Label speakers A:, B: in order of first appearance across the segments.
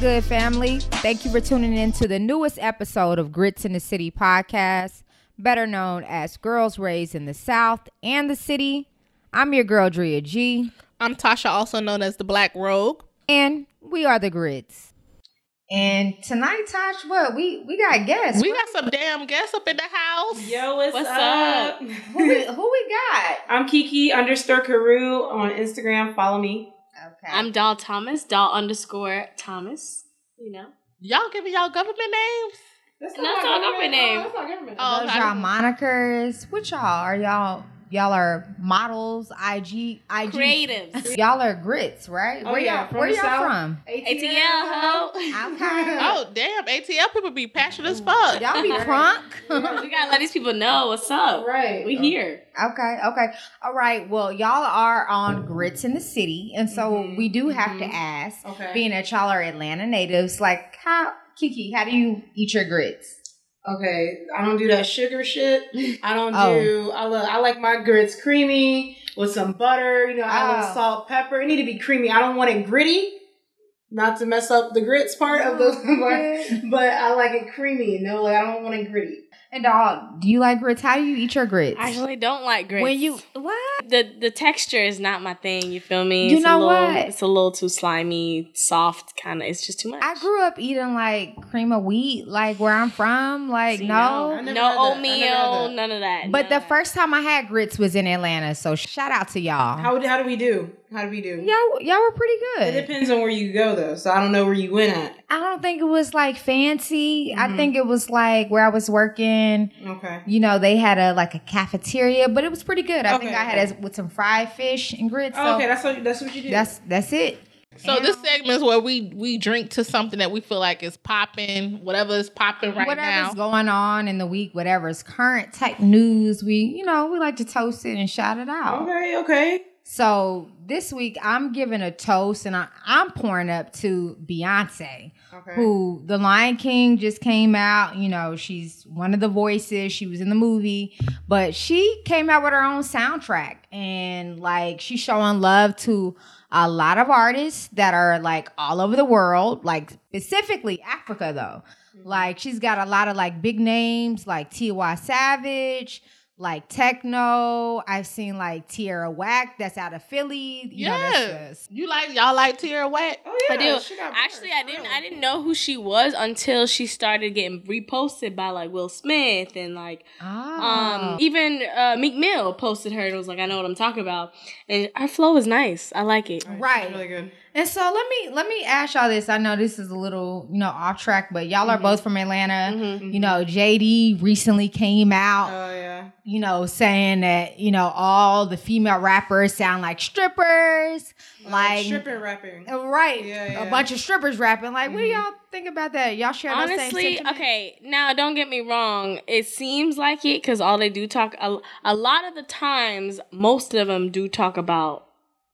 A: good, family? Thank you for tuning in to the newest episode of Grits in the City podcast, better known as Girls Raised in the South and the City. I'm your girl, Drea G,
B: I'm Tasha, also known as the Black Rogue.
A: and we are the Grits. And tonight, Tosh, what we we got guests.
B: We got some damn guests up in the house.
C: Yo, what's,
D: What's
C: up?
A: who, we, who we got?
C: I'm Kiki underscore Carew on Instagram. Follow me.
A: Okay,
D: I'm Doll Thomas, Doll underscore Thomas. You know.
B: Y'all giving y'all government names?
C: That's
D: not That's our not government name.
C: That's not government.
B: Oh,
A: those
B: I
A: y'all
B: don't-
A: monikers. What y'all are y'all? Y'all are models, IG, IG.
D: Creatives.
A: Y'all are grits, right?
C: Oh,
A: where
C: yeah,
A: y'all
C: from
A: where
C: the
A: y'all
C: South.
A: from?
D: ATL ho.
A: Okay.
B: Oh, damn. ATL people be passionate as fuck.
A: Y'all be crunk.
D: We gotta let these people know what's up.
C: Right.
D: We here.
A: okay, okay. All right. Well, y'all are on Grits in the City. And so
C: Mhm,
A: we do have
C: mhm.
A: to ask,
C: Okay.
A: being that y'all are Atlanta natives, like how Kiki, how do you eat your grits?
C: okay. I don't do that sugar shit. I don't
A: Oh.
C: do. I love. I like my grits creamy with some butter. You know, I
A: Oh.
C: love salt, pepper. It need to be creamy. I don't want it gritty. Not to mess up the grits part of the. but I like it creamy. No, like I don't want it gritty.
A: and all, do you like grits? How do you eat your grits?
D: I actually don't like grits.
A: when you what?
D: the the texture is not my thing, you feel me?
A: You
D: it's
A: know
D: a little,
A: what?
D: It's a little too slimy, soft kinda. It's just too much.
A: I grew up eating like cream of wheat, like where I'm from. Like
D: See,
A: no.
C: I never had that.
D: no
C: I never had
D: oatmeal,
C: that.
D: none of that.
A: But
D: none
A: the
D: of that.
A: first time I had grits was in Atlanta, so shout out to y'all.
C: How how do we do? How do we do?
A: y'all y'all were pretty
C: It
A: good.
C: depends on where you go though, so I don't know where you went at.
A: I don't think it was like fancy. I
C: Mhm.
A: think it was like where I was working.
C: Okay.
A: You know, they had a like a cafeteria, but it was pretty good. I think
C: Okay,
A: I had it with some fried fish and grits. So
C: Oh, okay, that's what that's what you do.
A: that's that's it.
B: So this segment is where we we drink to something that we feel like is popping, whatever is popping right now.
A: whatever's going on in the week, whatever's current tech news, we you know we like to toast it and shout it out.
C: okay. Okay.
A: So this week I'm giving a toast and I, I'm pouring up to Beyonce.
C: Okay.
A: who the Lion King just came out. You know, she's one of the voices. She was in the movie, but she came out with her own soundtrack and like she's showing love to a lot of artists that are like all over the world, like specifically Africa though. Like she's got a lot of like big names like T.Y. Savage, like Techno. I've seen like Tierra Whack that's out of Philly. You know, that's
B: Yeah.
A: just-
B: You like y'all like Tierra Wet?
C: Oh yeah.
D: I do.
C: she got
D: Actually, I
C: bars,
D: didn't.
C: really.
D: I didn't know who she was until she started getting reposted by like Will Smith and like
A: Ah.
D: Um, even uh, Meek Mill posted her and was like, "I know what I'm talking about," and her flow is nice. I like it.
C: Alright,
A: Right.
C: she's Really good.
A: And so let me let me ask y'all this. I know this is a little you know off track, but y'all are
D: Mhm.
A: both from Atlanta.
D: Mhm.
A: You know, JD recently came
C: Oh
A: out,
C: yeah.
A: you know, saying that you know all the female rappers sound like strippers, like
C: Uh, stripping rapping.
A: Uh, right,
C: Yeah, yeah.
A: a bunch of strippers rapping. Like, what do
C: Mhm.
A: y'all think about that? Y'all share the same
D: Mm-hmm. Honestly,
A: sentiment?
D: okay. Now, don't get me wrong. It seems like it because all they do talk a, a lot of the times. Most of them do talk about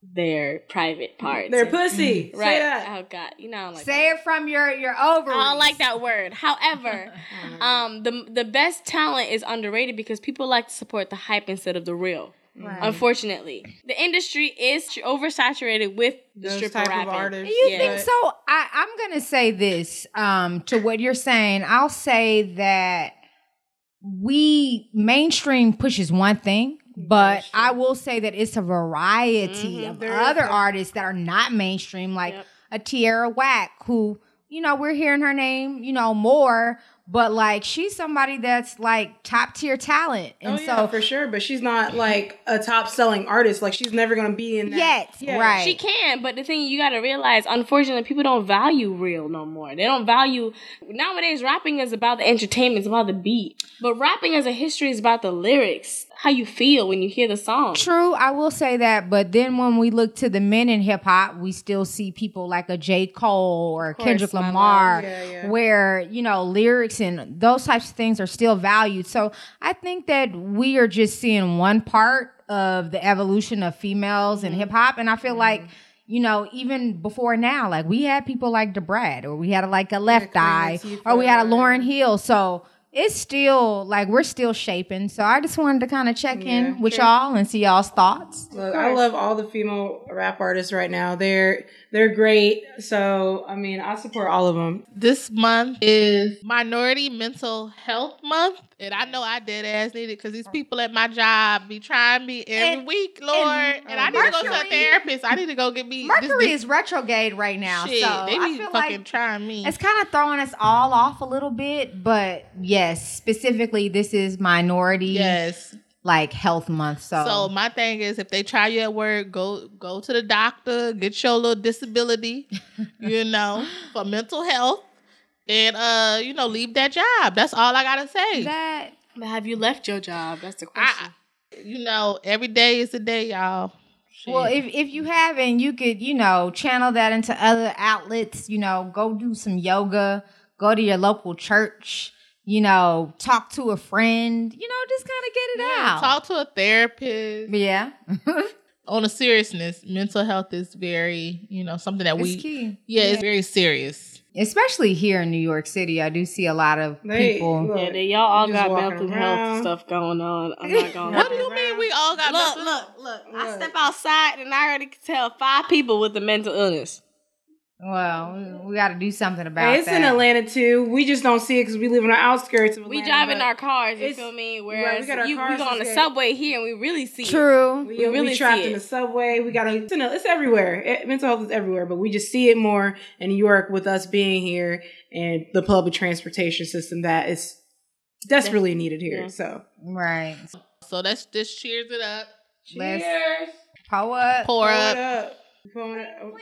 D: their private parts.
C: They're
D: and-
C: pussy.
D: right?
C: Say that.
D: Oh God, you know, I don't like
A: Say
D: that.
A: it from your your ovaries.
D: I don't like that word. However.
C: Oh, my God.
D: Um, the the best talent is underrated because people like to support the hype instead of the real.
C: Mm.
A: Right.
D: Unfortunately, the industry is oversaturated with the
C: Those
D: stripper
C: type
D: rapping.
C: of artists.
A: You
D: Yeah.
A: think
C: but-
A: so? I, I'm gonna say this um, to what you're saying. I'll say that we mainstream pushes one thing, but
C: That's true.
A: I will say that it's a variety
D: Mhm,
A: of
C: there is
A: other
C: that.
A: artists that are not mainstream, like
D: Yep.
A: a Tierra Whack, who you know we're hearing her name, you know, more. But like she's somebody that's like top tier talent,
C: Oh,
A: and
C: yeah,
A: so
C: for sure, but she's not like a top selling artist. Like she's never gonna be in that.
A: yet,
C: Yeah.
A: right?
D: She can, but the thing you gotta realize, unfortunately, people don't value real no more. They don't value nowadays. Rapping is about the entertainment, it's about the beat. But rapping as a history is about the lyrics, how you feel when you hear the song.
A: True, I will say that. But then when we look to the men in hip hop, we still see people like a J. Cole or
D: course,
A: Kendrick
D: my love.
A: Lamar,
C: Yeah, yeah.
A: where, you know, lyrics and those types of things are still valued. So I think that we are just seeing one part of the evolution of females in hip hop. And I feel like, you know, even before now, like we had people like DeBrad or we had like a Left
C: Queen
A: Eye
C: Latifah.
A: or we had a Lauren Hill. So it's still like we're still shaping. So I just wanted to kind of check
C: Yeah,
A: in with
C: true.
A: y'all and see y'all's thoughts.
C: Look, I love all the female rap artists right now. They're they're great. So I mean, I support all of them.
B: This month is Minority Mental Health Month, and I know I dead ass need it because these people at my job be trying me every
A: And-
B: week, Lord. And, I need to go to a
A: Mercury-
B: therapist. I need to go get me this-
A: Mercury
B: this
A: is retrograde right now,
B: shit.
A: so
B: they be
A: I feel
B: fucking
A: like
B: trying me.
A: it's kind of throwing us all off a little bit. But yes, specifically, this is minority
B: Yes.
A: like health month. So,
B: So my thing is, if they try you at work, go go to the doctor, get your little disability, you know, for mental health, and uh, you know, leave that job. That's all I gotta say.
A: that
D: But have you left your job? That's the question.
B: I, you know, every day is a day, y'all. Shit.
A: well, if if you haven't, you could you know channel that into other outlets. You know, go do some yoga, go to your local church. You know, talk to a friend. You know, just kind of get it
B: Yeah,
A: out.
B: talk to a therapist.
A: yeah,
B: On a seriousness, mental health is very, you know, something that we,
A: it's key.
B: yeah, it's very serious.
A: especially here in New York City. I do see a lot of
C: They,
A: people.
C: look,
D: yeah, they, y'all all
C: Just
D: got
C: walking
D: mental
C: around.
D: health stuff going on. I'm not going.
B: What do you mean we all got
D: Look,
B: mental-
D: look, look! I
C: Look.
D: step outside and I already can tell five people with a mental illness.
A: Well, we got to do something about
C: Hey, it's
A: that.
C: in Atlanta too. We just don't see it because we live on the outskirts of Atlanta.
D: We drive in
C: but
D: our cars, you
C: it's-
D: feel me?
C: we
D: Whereas
C: got our
D: you, we
C: cars
D: go on the
C: today.
D: subway here and we really see it.
A: True.
C: We,
D: We
C: we
D: really
C: trapped
D: see
C: in the
D: it.
C: subway. We got to. It's, in a- it's everywhere. It, mental health is everywhere, but we just see it more in New York with us being here and the public transportation system that is desperately needed here.
D: Yeah.
C: So
A: Right.
B: So that's just cheers it up.
A: Let's Pour up.
B: Pour
C: Pour
B: up. Mm.
C: it up. Pour it up.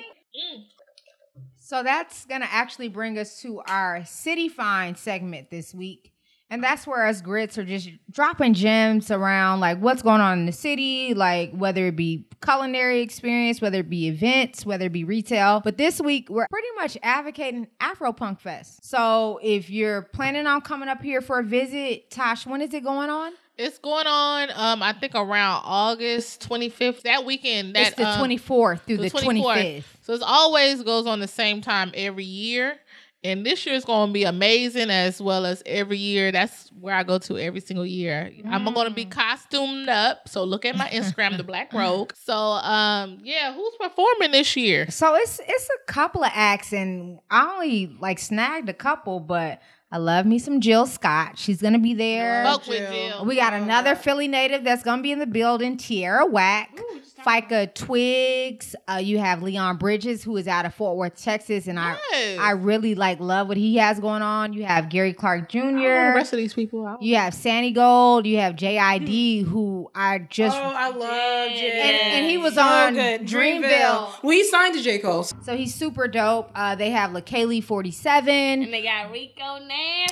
A: So that's going to actually bring us to our City Find segment this week. And that's where us grits are just dropping gems around like what's going on in the city, like whether it be culinary experience, whether it be events, whether it be retail. But this week, we're pretty much advocating Afro Punk Fest. So if you're planning on coming up here for a visit, Tosh, when is it going on?
B: It's going on, um, I think around August 25th. That weekend, that
A: it's the
B: um,
A: 24th through the
B: 24th.
A: 25th.
B: So it's always goes on the same time every year. And this year is going to be amazing as well as every year. That's where I go to every single year. I'm going to
A: Mm.
B: be costumed up. So look at my Instagram, The Black Rogue. So, um, yeah, who's performing this year?
A: So it's it's a couple of acts, and I only like snagged a couple, but I love me some Jill Scott. She's gonna be there.
B: Fuck with
C: Jill.
B: Jill.
A: we got another Philly native that's gonna be in the building, Tierra Whack, Fika Twigs. Uh, you have Leon Bridges, who is out of Fort Worth, Texas, and I
B: Yes.
A: I really like love what he has going on. You have Gary Clark Jr.
B: I don't know the Oh, rest of these people. I don't-
A: you have Sandy Gold. You have JID, who I just
C: oh, I love Jay.
A: and, and he was
C: So
A: on
C: good.
A: Dreamville.
C: We signed to J. Cole.
A: So he's super dope. Uh, they have LaKaylee 47
D: And they got Rico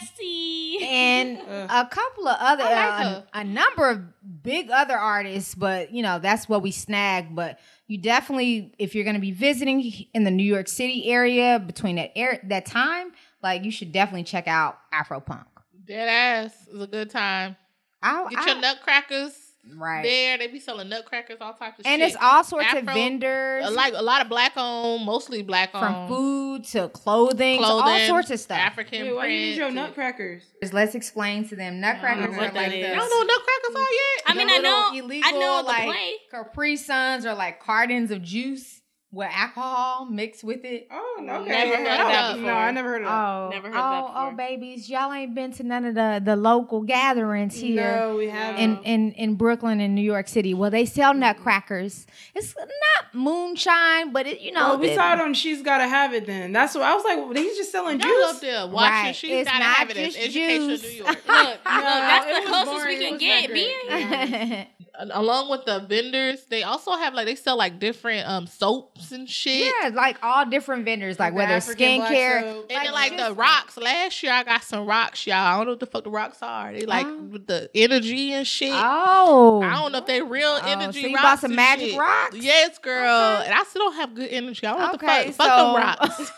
D: Nasty.
A: and a couple of other,
B: I like
A: uh,
B: her.
A: a, a number of big other artists, but you know, that's what we snagged. But you definitely, if you're going to be visiting in the New York City area between that air, that time, like you should definitely check out Afropunk.
B: Dead ass is a good time.
A: I,
B: Get your
A: I-
B: nutcrackers
A: right.
B: there. They be selling nutcrackers, all types of shit.
A: and it's all sorts of
B: Afro-
A: vendors
B: A- like a lot of black owned, mostly black owned.
A: from food to clothing, to all
B: clothing,
A: sorts of stuff.
B: African
C: Wait, why you use your
B: print.
C: nutcrackers?
A: Let's explain to them.
C: I
A: Nutcrackers
C: don't know
A: are
C: what
A: like
C: that
A: the-
B: You
C: is.
B: don't know nutcrackers all yet?
D: I mean,
A: the
D: I know,
A: little
D: I know the
A: like
D: play.
A: Capri Suns or like cartons of juice with alcohol mixed with it.
C: Oh, okay.
D: Never
B: heard of that
C: No,
D: before.
C: I never heard of that.
A: Oh,
D: Never heard
A: oh,
D: that before.
A: oh, babies, y'all ain't been to none of the the local gatherings here.
C: No, we haven't.
A: In, in in Brooklyn and New York City, well, they sell nutcrackers. It's not moonshine, but it you know
C: Oh, we
A: it-
C: saw it on She's Gotta Have It then. That's what I was like, well, he's just selling
B: Y'all
C: juice.
B: up there watching.
A: Right.
B: She's
A: It's
B: gotta
A: not
B: have it as
A: just
B: education
A: juice.
B: New York.
D: Look, look,
C: No, it
D: that's
C: was
D: the closest we
C: boring. It was
D: can
C: not
D: get.
C: great.
D: Being
B: Al- Along with the vendors, they also have like they sell like different um soaps and shit.
A: yeah, like all different vendors, like
C: The
A: whether it's
C: African black
A: skincare.
C: soap.
B: And then
A: Like,
B: like the
A: just-
B: rocks. Last year I got some rocks, y'all. I don't know what the fuck the rocks are. They like
A: Oh.
B: with the energy and shit.
A: Oh,
B: I don't know if they real
A: Oh,
B: energy
A: so you
B: rocks.
A: bought some
B: and
A: magic
B: shit.
A: rocks?
B: Yes, girl. And I still don't have good energy. I don't know what
A: Okay,
B: the fuck. Fuck
A: so-
B: them rocks.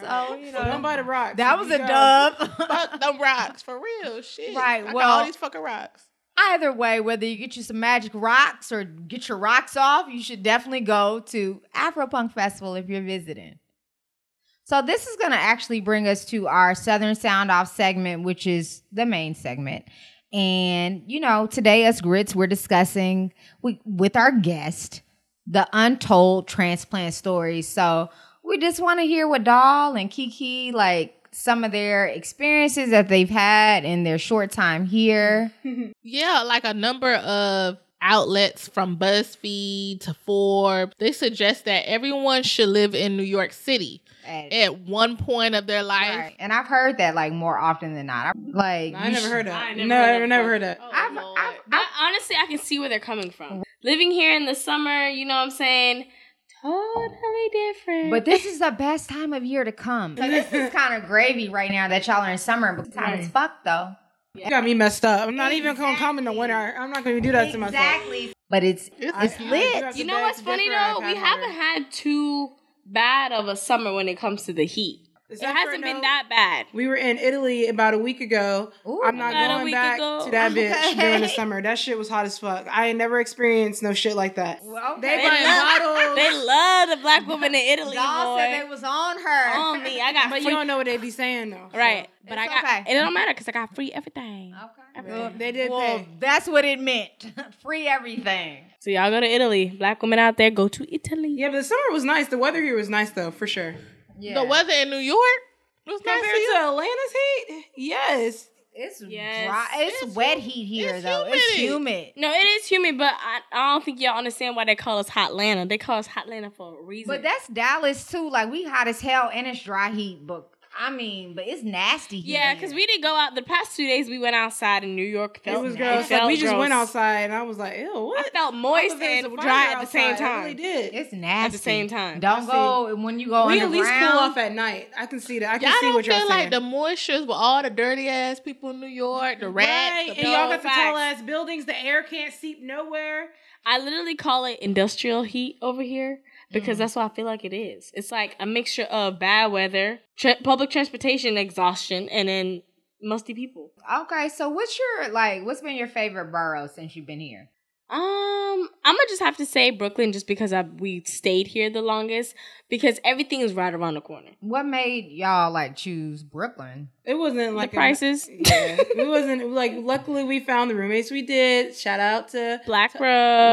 A: so you know
C: So don't buy the rocks.
A: that
C: If
A: was
C: you
A: a
C: go-
A: dub.
B: fuck them rocks. For real. Shit.
A: Right,
B: I got
A: well-
B: all these fucking rocks.
A: either way, whether you get you some magic rocks or get your rocks off, you should definitely go to Afropunk Festival if you're visiting. So this is going to actually bring us to our Southern Sound Off segment, which is the main segment. And you know, today us grits, we're discussing we, with our guest the untold transplant stories. So we just want to hear what Doll and Kiki like some of their experiences that they've had in their short time here.
B: Yeah, like a number of outlets from BuzzFeed to Forbes, they suggest that everyone should live in New York City
A: And,
B: at one point of their life.
A: right. and I've heard that like more often than not. I'm, like
C: I
A: you
C: never
A: should-
C: heard of.
D: I
C: it.
D: never
C: No,
D: heard
C: never,
D: of
C: never
D: it.
C: heard of. it.
B: Oh,
A: I've-
B: Lord.
A: I've-
D: I, honestly, I can see where they're coming from. Living here in the summer, you know what I'm saying? Totally different.
A: But this is the best time of year to come. So this is kind of gravy right now that y'all are in summer, but time is fucked though.
C: You got me messed up. I'm not even gonna come in the winter. I'm not gonna do that to myself.
A: Exactly. But it's
B: It's-
A: it's lit.
D: you know what's funny though? We haven't had too bad of a summer when it comes to the heat. It hasn't been that bad.
C: We were in Italy about a week ago.
A: Ooh.
C: I'm not
D: About a
C: going
D: week
C: back
D: ago.
C: to that bitch
A: Okay.
C: during the summer. That shit was hot as fuck. I ain't never experienced no shit like that.
A: Well,
C: They
A: okay.
C: buying
D: love-
C: bottles.
D: They love the black woman in Italy.
A: Y'all said they
D: Boy.
A: was on her.
D: On me, I got
C: but you
D: free.
C: don't know what they be saying though. so.
D: Right, but I
A: It's
D: got.
A: okay.
D: It don't matter because I got free everything.
A: Okay.
C: Well,
A: Well,
C: they did
A: well,
C: pay.
A: that's what it meant. Free everything.
D: So y'all go to Italy. Black women out there, go to Italy.
C: Yeah, but the summer was nice. The weather here was nice though, for sure.
A: Yeah.
B: The weather in New York was nice.
C: Compared to Atlanta's heat, yes.
A: It's
D: Yes.
A: dry. It's,
B: It's
A: wet
B: hu-
A: heat here
B: it's
A: though. It's
B: humid.
A: humid.
D: No, it is humid, but I, I don't think y'all understand why they call us Hotlanta. They call us Hotlanta for a reason.
A: But that's Dallas too. Like we hot as hell and it's dry heat, but I mean, but it's nasty here.
D: yeah, because we didn't go out. The past two days we went outside in New York.
C: It
D: Felt
C: was
D: nice.
C: gross. Like, we
D: Felt
C: just went
D: gross.
C: outside and I was like, ew,
D: I
C: what?
D: felt moist
C: There was
D: and
C: a fire
D: dry at the same
C: outside. I really
D: time.
C: did.
A: it's nasty
D: same time.
A: Don't
C: I
A: go when you go
C: we at
A: underground.
C: least cool off at night. I can see that. I can
B: Y'all
C: see
B: don't
C: what y'all
B: feel
C: saying.
B: like the moistures with all the dirty ass people in New York, the rats,
C: Right,
B: the
C: and y'all got
B: dogs.
C: the
D: facts.
C: tall ass buildings. The air can't seep nowhere.
D: I literally call it industrial heat over here
C: Mm-hmm.
D: because that's what I feel like it is. It's like a mixture of bad weather, tra- public transportation exhaustion, and then musty people.
A: Okay, so what's your like? What's been your favorite borough since you've been here?
D: Um, I'm gonna just have to say Brooklyn, just because I we stayed here the longest, because everything is right around the corner.
A: What made y'all like choose Brooklyn?
C: It wasn't like
D: the prices,
C: A, yeah, it wasn't like. Luckily, we found the roommates we did. Shout out to
D: black bro.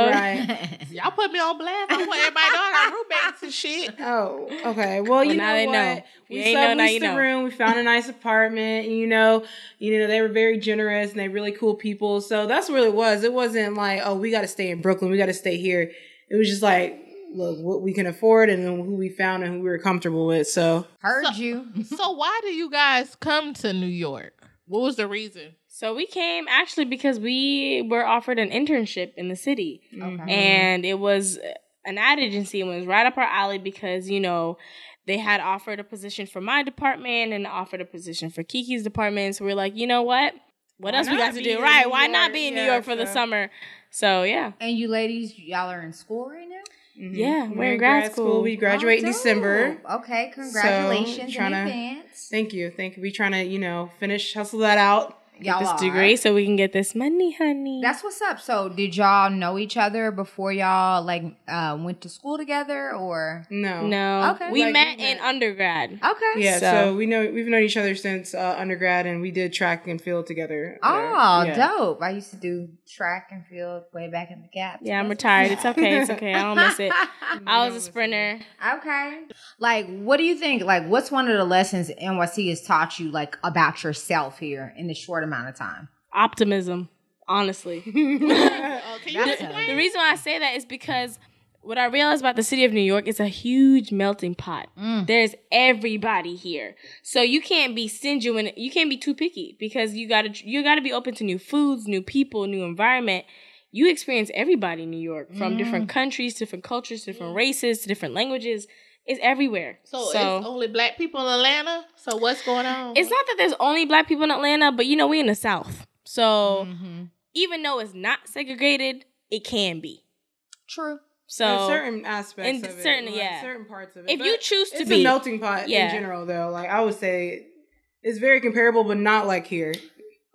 C: right.
B: Y'all put me on blast. I want everybody to know our roommates and shit.
C: Oh, okay. Well, you
D: now
C: know
D: they
C: what?
D: know.
C: We
D: You ain't know, now
C: subleased
D: you
C: the
D: know.
C: room. We found a nice apartment. You know, you know they were very generous and they really cool people. So that's what it was. It wasn't like oh we got to stay in Brooklyn. We got to stay here. It was just like look what we can afford and then who we found and who we were comfortable with. So
A: Heard
B: So-
A: you.
B: So why do you guys come to New York? What was the reason?
D: So we came actually because we were offered an internship in the city,
C: Mm-hmm.
A: Okay.
D: and it was an ad agency, and it was right up our alley because you know they had offered a position for my department and offered a position for Kiki's department. So we are like, you know what? What
C: Why
D: else we
C: not
D: got to
C: be
D: do?
C: in
D: Right?
C: New
D: Why not
C: York?
D: be in New
C: Yeah,
D: York for the
C: so-
D: summer? So yeah.
A: And you ladies, y'all are in school right now.
C: mhm.
D: Yeah, we're in grad school.
C: We graduate in
A: Oh, dope.
C: December.
A: Okay, congratulations in
C: tryna-
A: advance.
C: Thank you. Thank you. We trying to, you know, finish hustle that out.
A: Y'all
D: this
A: are.
D: degree so we can get this money, honey.
A: That's what's up. So, did y'all know each other before y'all like uh, went to school together, or
C: No.
D: no.
A: Okay.
D: We
C: Like,
D: met
C: we met.
D: in
C: Oh,
D: undergrad.
A: okay?
C: Yeah, so.
D: So-
C: we know we've known each other since uh, undergrad, and we did track and field together.
D: Ah,
A: Oh,
C: Yeah.
A: dope! I used to do track and field way back in the gap.
D: Yeah, I'm
A: That's
D: retired. It's
A: what's
D: okay. It's okay. I don't miss it.
A: up.
D: I was a sprinter.
A: Okay. Like, what do you think? Like, what's one of the lessons NYC has taught you, like, about yourself here in the short amount of time?
D: Optimism, honestly.
B: Oh, can
A: That's
B: you
A: a-
B: explain?
D: The reason why I say that is because what I realized about the city of New York is a huge melting pot.
A: Mm.
D: There's everybody here, so you can't be stingy and you can't be too picky because you gotta you gotta be open to new foods, new people, new environment. You experience everybody in New York
B: Mm.
D: from different countries, different cultures, different races, to different languages. It's everywhere.
B: So, it's only black people in Atlanta. So what's going on?
D: it's not that there's only black people in Atlanta, but you know we in the South,
B: Mm.
D: so
A: Mm-hmm.
D: even though it's not segregated, it can be.
A: True.
D: So
C: in certain aspects
D: in
C: of it,
D: certain-
C: like,
D: yeah.
C: certain parts of it.
D: if
C: But
D: you choose to
C: it's
D: be
C: a melting pot
D: Yeah.
C: in general, though. Like I would say, it's very comparable, but not like here.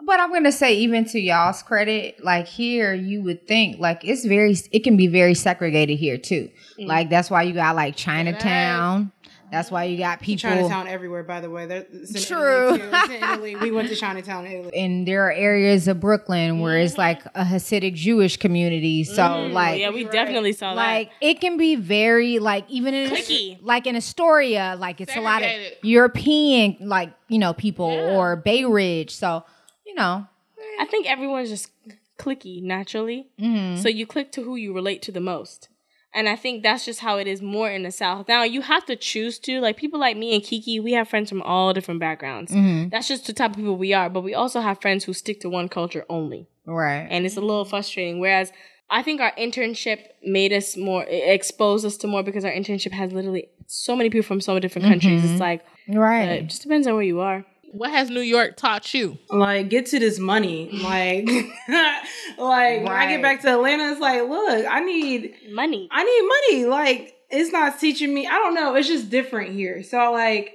A: But I'm gonna say, even to y'all's credit, like here, you would think like it's very, it can be very segregated here too. Like that's why you got like Chinatown. That's why you got people
C: Chinatown everywhere, by the way. There- it's in
A: True.
C: Italy, too. It's in Italy. We went to Chinatown, Italy.
A: and there are areas of Brooklyn where it's like a Hasidic Jewish community. So like
D: yeah, we definitely saw
A: like it can be very like even in
D: Clicky.
A: like in Astoria, like it's a lot of
B: Segregated.
A: European like, you know, people or Bay Ridge. So, you know,
D: that. I think everyone's just clicky naturally.
A: mm-hmm.
D: So you click to who you relate to the most. And I think that's just how it is more in the South. Now you have to choose to like people like me and Kiki. We have friends from all different backgrounds.
A: Mm-hmm.
D: That's just the type of people we are. But we also have friends who stick to one culture only.
A: right.
D: and it's a little frustrating. Whereas I think our internship made us more, it exposed us to more because our internship has literally so many people from so many different countries. It's like, uh,
A: right.
D: it just depends on where you are.
B: What has New York taught you?
C: Like, get to this money. Like, like when I
A: Right.
C: get back to Atlanta, it's like, look, I need
D: Money.
C: I need money. Like, it's not teaching me. I don't know. It's just different here. So like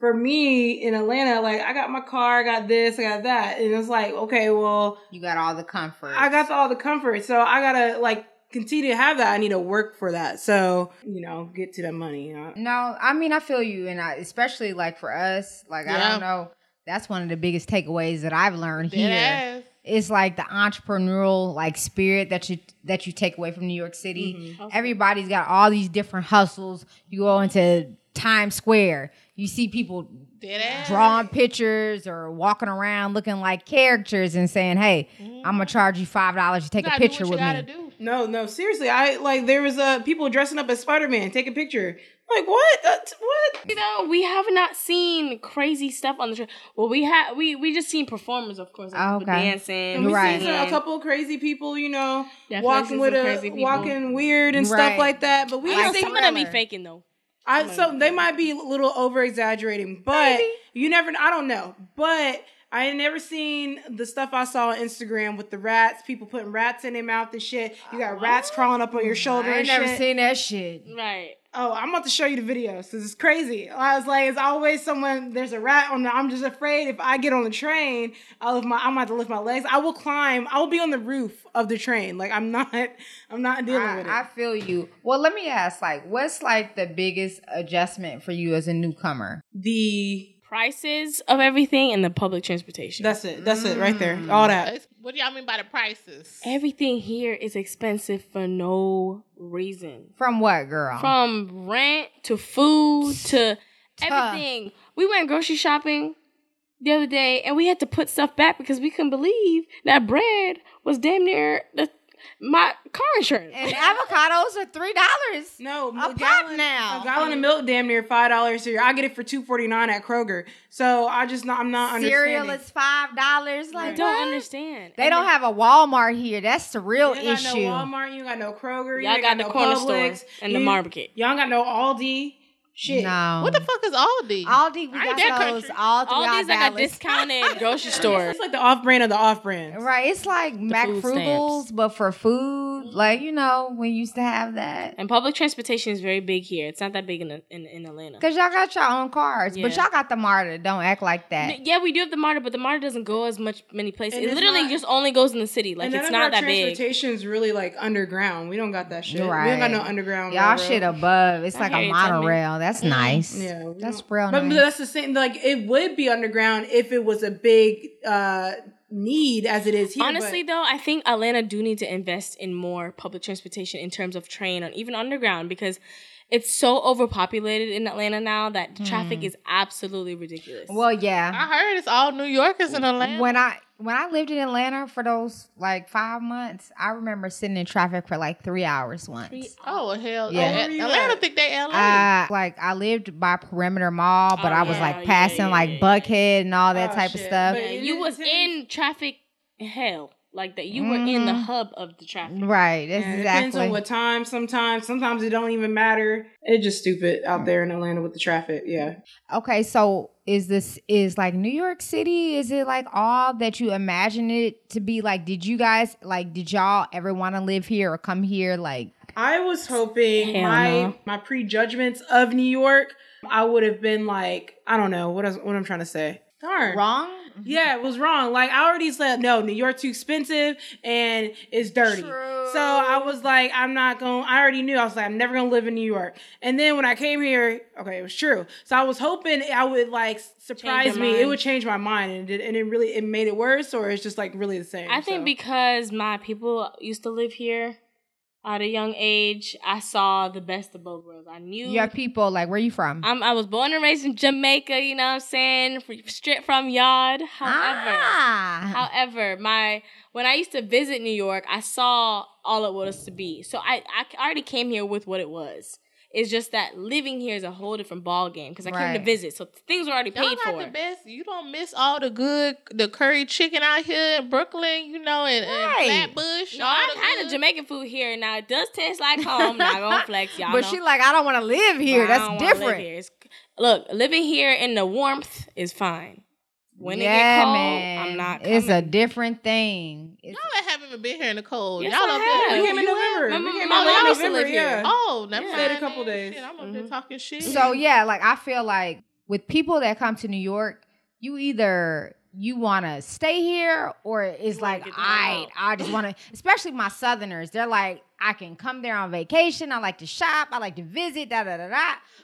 C: for me in Atlanta, like I got my car, I got this, I got that. And it's like, okay, well,
A: You got all the comfort.
C: I got all the comfort. So I gotta like continue to have that. I need to work for that. So, you know, get to that money. You know?
A: No, I mean I feel you, and I, especially like for us, like I
B: Yeah.
A: don't know. That's one of the biggest takeaways that I've learned
B: Dead
A: here.
B: ass.
A: It's like the entrepreneurial like spirit that you that you take away from New York City.
B: Mm-hmm.
A: Everybody's got all these different hustles. You go into Times Square, you see people
B: Dead ass.
A: drawing pictures or walking around looking like characters and saying, "Hey, I'm gonna charge you five dollars to take
B: Mm-hmm. You
A: a
B: gotta do
A: picture
B: what
A: with
B: you
A: me."
B: gotta do.
C: No, no, seriously. I like there was uh people dressing up as Spider Man, take a picture. Like what? That's, what?
D: You know, we have not seen crazy stuff on the show. Well, we have, we, we just seen performers, of course, like
A: Oh,
D: people
A: okay.
D: dancing.
C: And we
A: Right.
C: seen
D: singing.
C: a couple of crazy people, you know,
D: Definitely
C: walking
D: seen
C: with
D: some crazy
C: a
D: people.
C: walking weird and
A: Right.
C: stuff like that. But we
D: I
C: didn't
D: know
C: see
D: some of them be
A: thriller.
D: faking though.
C: I, so they might be a little over exaggerating, but you never. I don't know, but I ain't never seen the stuff I saw on Instagram with the rats. People putting rats in their mouth and shit. You got
D: Oh.
C: rats crawling up on your shoulder.
A: I ain't
C: and
A: never
C: shit.
A: seen that shit.
D: Right.
C: Oh, I'm about to show you the videos. This is crazy. I was like, it's always someone. There's a rat on. The, I'm just afraid if I get on the train, I'll lift my. I'm about to lift my legs. I will climb. I will be on the roof of the train. Like I'm not. I'm not dealing with it.
A: I, I feel you. Well, let me ask, like, what's like the biggest adjustment for you as a newcomer?
C: the
D: Prices of everything and the public transportation.
C: that's it. That's it right there. All that.
B: It's- What do y'all mean by the prices?
D: everything here is expensive for no reason.
A: From what, girl?
D: from rent to food to everything. We went grocery shopping the other day and we had to put stuff back because we couldn't believe that bread was damn near the, my car insurance.
A: and avocados are three dollars.
C: No, a
A: pop now.
C: A gallon of milk, damn near five dollars here. I get it for two forty nine at Kroger. So I just not. I'm not
A: Cereal
C: understanding.
A: is five dollars.
D: I
A: Like,
D: don't
A: what?
D: understand.
A: They don't have a Walmart here. That's the real
C: You ain't got
A: issue.
C: no Walmart. You ain't got no Kroger.
D: Y'all
C: you ain't
D: got the
C: no
D: corner
C: Publix,
D: store and the
C: you-
D: market.
C: Y'all ain't got no Aldi. Shit.
A: No.
B: What the fuck is Aldi?
A: Um, Aldi, we
B: I
A: got
B: ain't that
A: those
B: country.
A: all
D: All
A: throughout
D: these like a
A: Dallas.
D: discounted grocery store.
C: It's like the off brand of the off brand.
A: Right, it's like Mac
D: food
A: Frugals,
D: stamps. Mm-hmm.
A: but for food. Like you know, we used to have that
D: And public transportation is very big here. It's not that big in in, in Atlanta.
A: because y'all got your own cars, but
D: Yeah.
A: y'all got the martyr. Don't act like that.
D: Yeah, we do have the MARTA, but the MARTA doesn't go as much many places.
C: And
D: it
C: it's
D: literally
C: not-
D: just only goes in the city. Like
C: and
D: it's
C: none
D: not
C: of our
D: that big.
C: transportation is really like underground. We don't got that shit. We don't got no
A: Right.
C: underground.
A: Y'all
C: railroad.
A: shit above. It's like
D: hear
A: a
D: you, Tammy.
A: monorail.
D: Mm-hmm.
A: That's nice.
C: Yeah, we
A: that's
C: don't-
A: real
C: But
A: nice.
C: that's the same. Like it would be underground if it was a big uh need as it is here.
D: Honestly, though, I think Atlanta do need to invest in more public transportation in terms of train and even underground because it's so overpopulated in Atlanta now that the traffic is absolutely ridiculous.
A: Hmm. well, yeah.
B: I heard it's all New Yorkers in Atlanta.
A: When I when I lived in Atlanta for those like five months, I remember sitting in traffic for like three hours once.
B: oh hell,
A: Yeah.
B: yeah.
C: Where you
B: Atlanta
C: at?
B: think they LA.
A: Uh, like I lived by Perimeter Mall, but
D: Oh,
A: I was
D: yeah,
A: like
D: yeah,
A: passing
D: yeah,
A: like
D: yeah, yeah.
A: Buckhead and all that
C: Oh,
A: type of
C: shit.
A: stuff.
C: But-
D: Yeah, you was in traffic hell. Like that you were in the hub of the traffic.
A: Mm-hmm. Right, that's
C: Yeah, It depends
A: exactly.
C: on what time. Sometimes, sometimes it don't even matter. It's just stupid out there in Atlanta with the traffic. Yeah,
A: okay, so is this is like New York City? Is it like all that you imagine it to be? Like, did you guys like did y'all ever want to live here or come here? Like,
C: I was hoping
D: Hell
C: my
D: no.
C: my prejudgments of New York, I would have been like, I don't know what I, what I'm trying to say. Darn.
A: wrong?
C: Yeah, it was wrong. Like I already said, no, New York too expensive and it's dirty. So I was like, I'm not going. I already knew. I was like, I'm never gonna live in New York. And then when I came here, okay, it was true. So I was hoping I would like surprise
D: your
C: me. It
D: mind.
C: would change my mind, and it, did- and it really it made it worse, or it's just like really the same.
D: I think
C: so.
D: because my people used to live here at a young age, I saw the best of both worlds. I knew
A: You have people like, where you from?
D: I'm, I was born and raised in Jamaica, you know what I'm saying? Fr- Straight from yard. However,
A: ah,
D: however, my when I used to visit New York, I saw all it was to be. So I, I already came here with what it was. It's just that living here is a whole different ball game because I came
A: Right.
D: to visit, so things were already
B: Y'all
D: paid
B: got
D: for.
B: the best. You don't miss all the good, the curry chicken out here in Brooklyn, you know, and,
A: Right.
B: and Flatbush.
D: No,
B: all
D: I've
B: the
D: had
B: good.
D: the Jamaican food here. Now it does taste like home. Not gonna flex, y'all.
A: but
D: know.
A: she like, I don't want to live here.
D: But I don't
A: That's
D: wanna live
A: different.
D: here. It's- look, living here in the warmth is fine. When it get cold, I'm not. Coming.
A: It's a different thing. It's,
B: Y'all haven't even been here in the cold.
D: Yes,
B: Y'all
D: I
B: up
D: have.
B: there.
C: we came in
D: you
C: November.
D: have-
C: we
D: my-
C: came
D: my
C: in
D: mom used to
C: November.
D: live here.
C: Yeah.
B: Oh, never
D: Yeah.
B: mind.
C: Stayed a couple
B: then.
C: days.
B: Shit, I'm up there
D: Mhm.
B: talking shit.
A: so yeah, like I feel like with people that come to New York, you either you want to stay here or it's
D: You wanna
A: like,
D: get the hell
A: I, I just want to. Especially my Southerners, they're like, I can come there on vacation. I like to shop. I like to visit. Da da da da.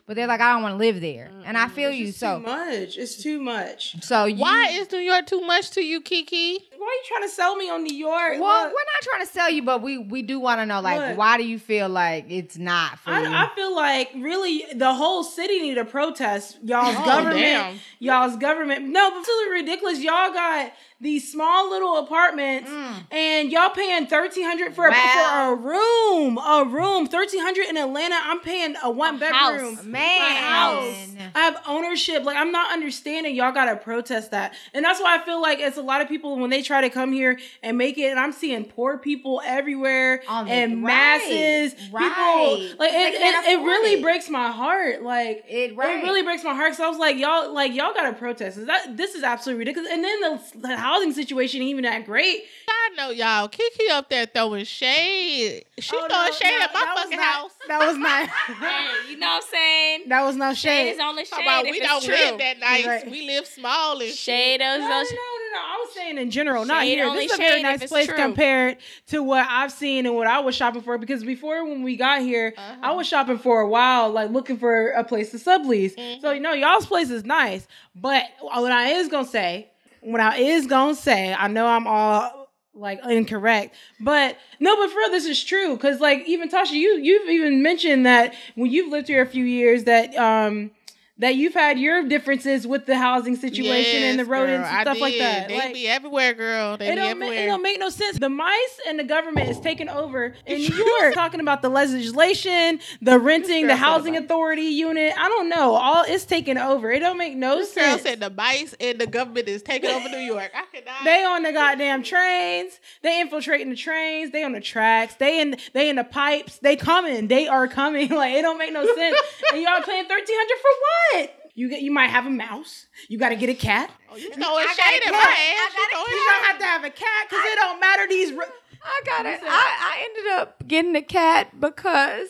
A: But they're like,
D: Mm.
A: I don't want to live there. And I feel
C: It's
A: you.
C: just
A: So
C: too much. It's too much.
A: so you,
B: Why is New York too much to you, Kiki?
C: Why are you trying to sell me on New York?
A: Well,
C: Look,
A: we're not trying to sell you, but we we do want to know like
C: Look.
A: why do you feel like it's not for you?
C: I, I feel like really the whole city need to protest y'all's
B: Oh,
C: government.
B: damn.
C: Y'all's government. No, but it's really ridiculous. Y'all got these small little apartments and y'all paying thirteen hundred for,
A: Wow.
C: a, for a room. A room. Thirteen hundred in Atlanta. I'm paying a one bedroom.
D: house.
A: Man,
C: house. I have ownership. Like I'm not understanding. Y'all gotta protest that, and that's why I feel like it's a lot of people when they try to come here and make it. And I'm seeing poor people everywhere
A: On the- right,
C: and masses.
A: right.
C: People like
A: They
C: it.
A: can't
C: It, it
A: afford
C: really
A: it.
C: breaks my heart. Like
A: It- right.
C: It really breaks my heart. Cause I was like, y'all, like y'all gotta protest. Is that this is absolutely ridiculous? And then the, the housing situation ain't even that great.
B: I know y'all. Kiki up there throwing shade. She
C: Oh,
B: throwing
C: no,
B: shade
C: no,
B: at my
C: that was
B: fucking
C: not-
B: house.
A: that was not
D: Hey, you know what I'm saying?
A: that was no
D: Shade
A: shade.
D: is only
B: Talk
D: shade.
B: about
D: if
B: we
D: it's
B: don't
D: true.
B: live that nice.
A: Right.
B: We live small and shit.
D: Shade is
C: No,
D: no
C: no, no, no, no. I was saying in general, not
D: Shade
C: here.
D: only
C: This is a very
D: shade if
C: nice
D: it's
C: place
D: true.
C: compared to what I've seen and what I was shopping for. Because before when we got here,
B: Uh-huh.
C: I was shopping for a while, like looking for a place to sublease. So
D: Mm-hmm.
C: you know, y'all's place is nice. But what I is gonna say, what I is gonna say, I know I'm all like incorrect, but no, but for real, this is true. Because like even Tasha, you you've even mentioned that when you've lived here a few years that um. That you've had your differences with the housing situation and the
B: Yes,
C: rodents
B: girl,
C: and
B: I
C: stuff like
B: did.
C: that.
B: They
C: Like,
B: be everywhere, girl. They be
C: it don't, ma-
B: everywhere.
C: it don't make no sense. The mice and the government is taking over in New York. Talking about the legislation, the renting,
B: girl
C: the
B: said
C: housing
B: about it.
C: authority unit. I don't know. All it's taking over. It don't make no
B: this girl
C: sense.
B: said the mice and the government is taking over New York. I cannot.
C: they on the goddamn trains. They infiltrating the trains. They on the tracks. They in they in the pipes. They coming. They are coming. Like it don't make no sense. and y'all paying thirteen hundred for what? You get you might have a mouse. You got to get a cat.
B: oh, you throwing
A: I gotta
B: shade at my
A: cut.
B: ass.
A: I gotta
B: You
C: You
B: throwing
C: don't have to have a cat because it don't matter. These. ro-
A: I got it. I, I ended up getting a cat because